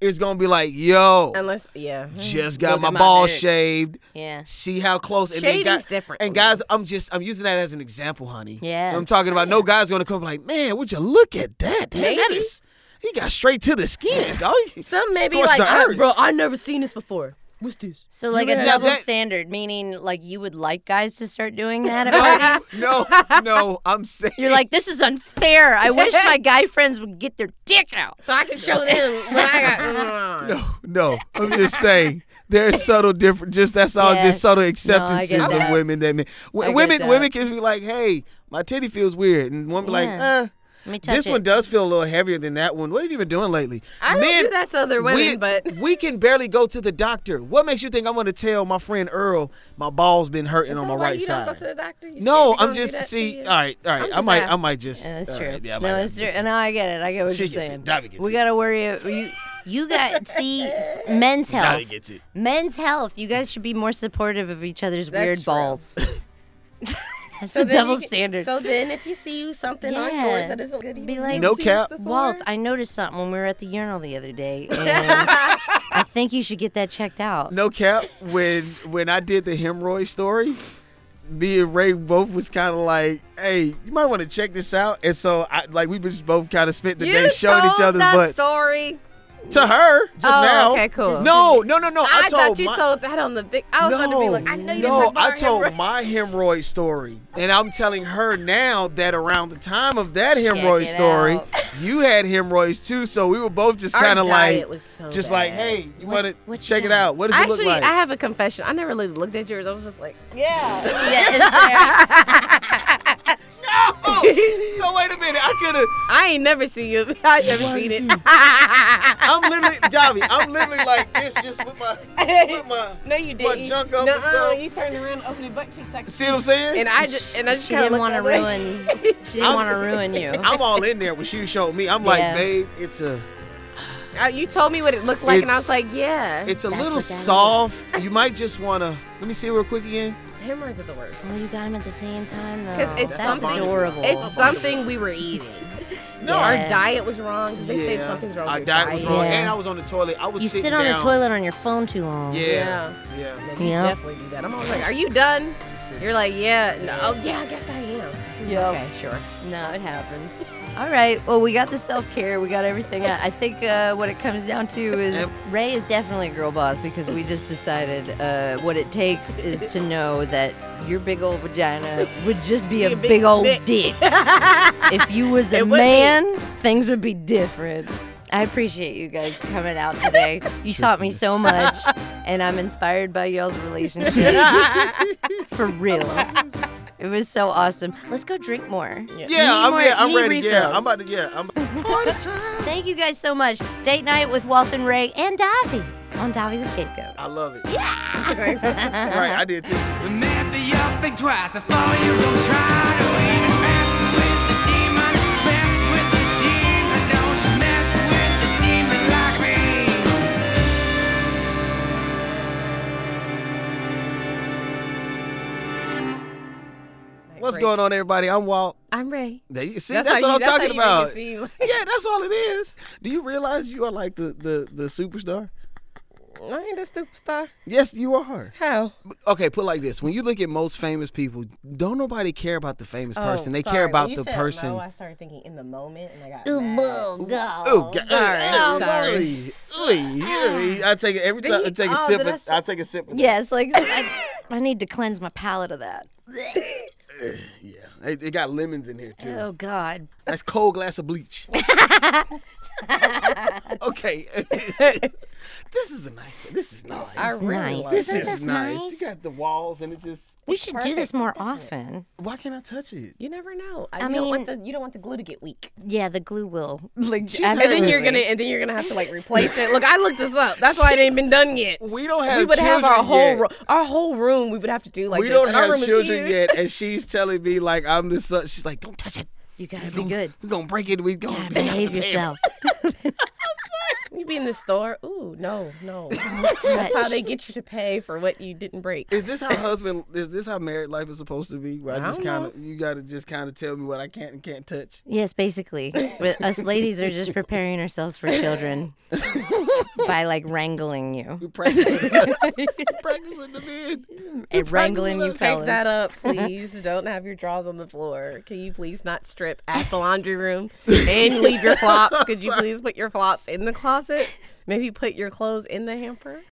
S2: is gonna be like, "Yo,
S3: Unless, yeah.
S2: just got
S3: Look
S2: my,
S3: at my
S2: balls
S3: dick.
S2: shaved.
S1: Yeah.
S2: See how close. And
S3: Shaving's
S2: guys,
S3: different.
S2: And guys, I'm just I'm using that as an example, honey.
S1: Yeah.
S2: I'm talking about no guy's gonna come like, man, would you look at that? Damn, that
S3: Maybe.
S2: is. He got straight to the skin, dog.
S3: Some may be
S2: Scorched the
S3: like, "Ah,
S2: earth."
S3: bro, i never seen this before. What's this?
S1: So like
S2: Yeah,
S1: a double
S2: that-
S1: standard, meaning like you would like guys to start doing that at parties.
S2: no, no, I'm saying.
S1: You're like, this is unfair. I wish my guy friends would get their dick out.
S3: So I can show them what I got going on.
S2: No, no. I'm just saying there's subtle different. Just that's all.
S1: Yeah.
S2: Just subtle
S1: get
S2: acceptances of
S1: that.
S2: women that men. w-
S1: I get
S2: women,
S1: that.
S2: women can be like, "Hey, my titty feels weird," and one be like,
S1: Yeah.
S2: "Uh."
S1: Let me touch
S2: This
S1: it.
S2: one does feel a little heavier than that one. What have you been doing lately?
S3: I don't do that to other women,
S2: we,
S3: but-
S2: we can barely go to the doctor. What makes you think I'm going to tell my friend Earl my ball's been hurting on my
S3: Why
S2: right
S3: you
S2: side?
S3: Don't go to the doctor? You
S2: no,
S3: scared they
S2: I'm
S3: gonna do that
S2: just
S3: to
S2: see.
S3: you?
S2: All right, all right. I
S3: just
S2: might, I
S3: asking.
S2: might just.
S1: Yeah, that's
S2: all
S1: true.
S2: right, yeah, I might
S1: no,
S2: not
S1: it's
S2: just
S1: true. And I get it. I get what
S2: She
S1: you're
S2: gets it.
S1: saying.
S2: Dobby gets
S1: we
S2: it.
S1: gotta worry. ab- You, you got see men's
S2: Dobby
S1: health.
S2: gets it.
S1: Men's health. You guys should be more supportive of each other's weird
S3: true.
S1: balls. That's
S3: So
S1: the
S3: then you
S1: double
S3: can-
S1: standard.
S3: So then, if you see you something on
S1: Yeah.
S3: yours that isn't good,
S1: Be
S3: you
S1: like,
S2: No
S3: seen
S2: cap.
S3: this before?
S1: Walt, I noticed something when we were at the urinal the other day, and I think you should get that checked out.
S2: No cap. When when I did the hemorrhoid story, me and Ray both was kind of like, "Hey, you might want to check this out." And so, I like we just both kind of spent the
S3: you
S2: day showing
S3: told
S2: each other's
S3: that
S2: butts
S3: story.
S2: to her just
S3: Oh,
S2: now.
S3: okay, cool.
S2: No, no, no, no.
S3: I,
S2: I,
S3: thought
S2: told
S3: you
S2: my,
S3: told that on the big. I was going to be
S2: no,
S3: like, I know you
S2: no,
S3: didn't talk
S2: I
S3: about
S2: told
S3: hemorrhoid.
S2: my hemorrhoid story, and I'm telling her now that around the time of that hemorrhoid
S1: it
S2: story,
S1: out.
S2: you had hemorrhoids too. So we were both just
S3: Our
S2: kind of
S3: diet
S2: like,
S3: was so
S2: just
S3: bad.
S2: like, hey, you want
S1: What's-
S2: to
S1: what you
S2: check it
S1: got?
S2: out? What does
S3: Actually,
S2: it look like?
S3: I have a confession. I never really looked at yours. I was just like, yeah.
S1: Yeah, it's there.
S2: so wait a minute. I could have.
S3: I ain't never seen you. I never seen it.
S2: I'm literally, Davi. I'm literally like this, just with my, with my.
S3: no, you
S2: My
S3: didn't.
S2: junk up and
S3: Nuh-uh,
S2: stuff.
S3: You turned around, opened your butt cheeks like.
S2: See what I'm saying?
S3: And I just and I just
S1: She
S3: kind of
S1: didn't want to ruin. She didn't
S2: I'm-
S1: want to ruin you.
S2: I'm all in there when she showed me. I'm like,
S1: Yeah.
S2: babe, it's a,
S3: I, you told me what it looked like, and I was
S2: It's-
S3: like, yeah.
S2: it's a
S1: That's
S2: little
S1: what that is.
S2: soft. You might just wanna. Let me see it real quick again.
S3: hemorrhoids are the worst.
S1: Well, you got them at the same time though.
S3: 'Cause it's
S1: Oh, That's
S3: something-
S1: adorable.
S3: It's something we were eating.
S1: No,
S3: Our
S1: Yeah.
S3: diet was wrong because they
S2: yeah.
S3: said something's wrong.
S2: Our
S3: with your
S2: diet was wrong,
S1: Yeah.
S2: and I was on the toilet. I was
S1: you
S2: sitting
S1: sit on
S2: down.
S1: the toilet on your phone too long.
S2: Yeah, yeah.
S3: No, you
S1: Yeah.
S3: definitely do that. I'm always like, are you done? You're like, yeah. No, oh, yeah, I guess I am.
S5: Yeah.
S3: Okay, sure.
S5: No, it happens.
S1: All right. Well, we got the self care. We got everything. out. I think uh, what it comes down to is
S5: Ray is definitely a girl boss because we just decided uh, what it takes is to know that your big old vagina would just be a,
S3: big
S5: big, old
S3: dick.
S5: dick. if you was a
S3: It would be.
S5: man, things would be different. I appreciate you guys coming out today. You taught me so much, and I'm inspired by y'all's relationship. For reals. It was so awesome.
S1: let's go drink more.
S2: Yeah, I'm,
S1: more-
S2: yeah, I'm
S1: you need
S2: ready. Yeah,
S1: refills.
S2: I'm about to. Yeah, I'm.
S1: Thank you guys so much. Date night with Walton Ray and Davi on Davi the Scapegoat.
S2: I love it. Yeah. right, I did too.
S6: Maybe you'll think twice before you go try to win. Mess with the demon, mess with the demon. Don't you mess with the demon like me.
S2: What's going on, everybody? I'm Walt.
S3: I'm Ray.
S2: There you- see,
S3: That's
S2: that's,
S3: how you-
S2: what I'm
S3: that's how
S2: talking
S3: you make it
S2: about.
S3: seem.
S2: yeah, that's all it is. Do you realize you are like the the the superstar?
S3: I ain't a superstar.
S2: Yes, you are.
S3: How?
S2: Okay, put it like this: when you look at most famous people, don't nobody care about the famous
S3: Oh,
S2: person. They care about the person.
S3: I started thinking in the moment, and I got.
S1: Oh, God.
S2: Oh, God.
S3: sorry,
S2: Oh, Ah.
S3: sorry.
S2: sorry. Ooh, yeah. I take it every time. I take a
S3: oh,
S2: sip.
S3: did I
S2: Of,
S3: say-
S2: I take a sip. Of
S1: Yes, like I, I need to cleanse my palate of that.
S2: Yeah, They they got lemons in here too.
S1: Oh God.
S2: That's cold glass of bleach. okay, this is a nice. This is nice.
S1: nice.
S2: This
S1: Isn't
S2: is
S1: this
S2: nice.
S1: nice?
S2: You got the walls, and it just.
S1: We should do this more often.
S2: Why can't I touch it?
S3: You never know. I,
S1: I
S3: you don't want the
S1: mean-
S3: you don't want the glue to get weak.
S1: Yeah, the glue will.
S5: Like,
S2: had
S3: And then
S2: Absolutely.
S3: you're gonna and then you're gonna have to like replace it. Look, I looked this up. That's why it ain't been done yet.
S2: We don't have.
S3: We would have
S2: children
S3: our whole
S2: yet.
S3: ro- our whole room. We would have to do like
S2: we
S3: this.
S2: don't
S3: Our room
S2: have
S3: is
S2: children
S3: huge.
S2: yet, and she's telling me like I'm the son. She's like, "Don't touch it.
S1: You gotta be good.
S2: We're gonna break it. We gonna
S1: Behave yourself.
S3: You be in the store. Ooh, no, no. That's how they get you to pay for what you didn't break.
S2: Is this how husband? Is this how married life is supposed to be? Where I,
S3: I
S2: just
S3: don't
S2: kind of you got to just kind of tell me what I can't and can't touch.
S1: Yes, basically. But us ladies are just preparing ourselves for children by like wrangling you.
S2: You practicing, practicing the men.
S1: And wrangling you
S3: Take that
S1: fellas.
S3: up, please. Don't have your drawers on the floor. Can you please not strip at the laundry room and leave your flops? Could you please put your flops in the closet? Maybe put your clothes in the hamper.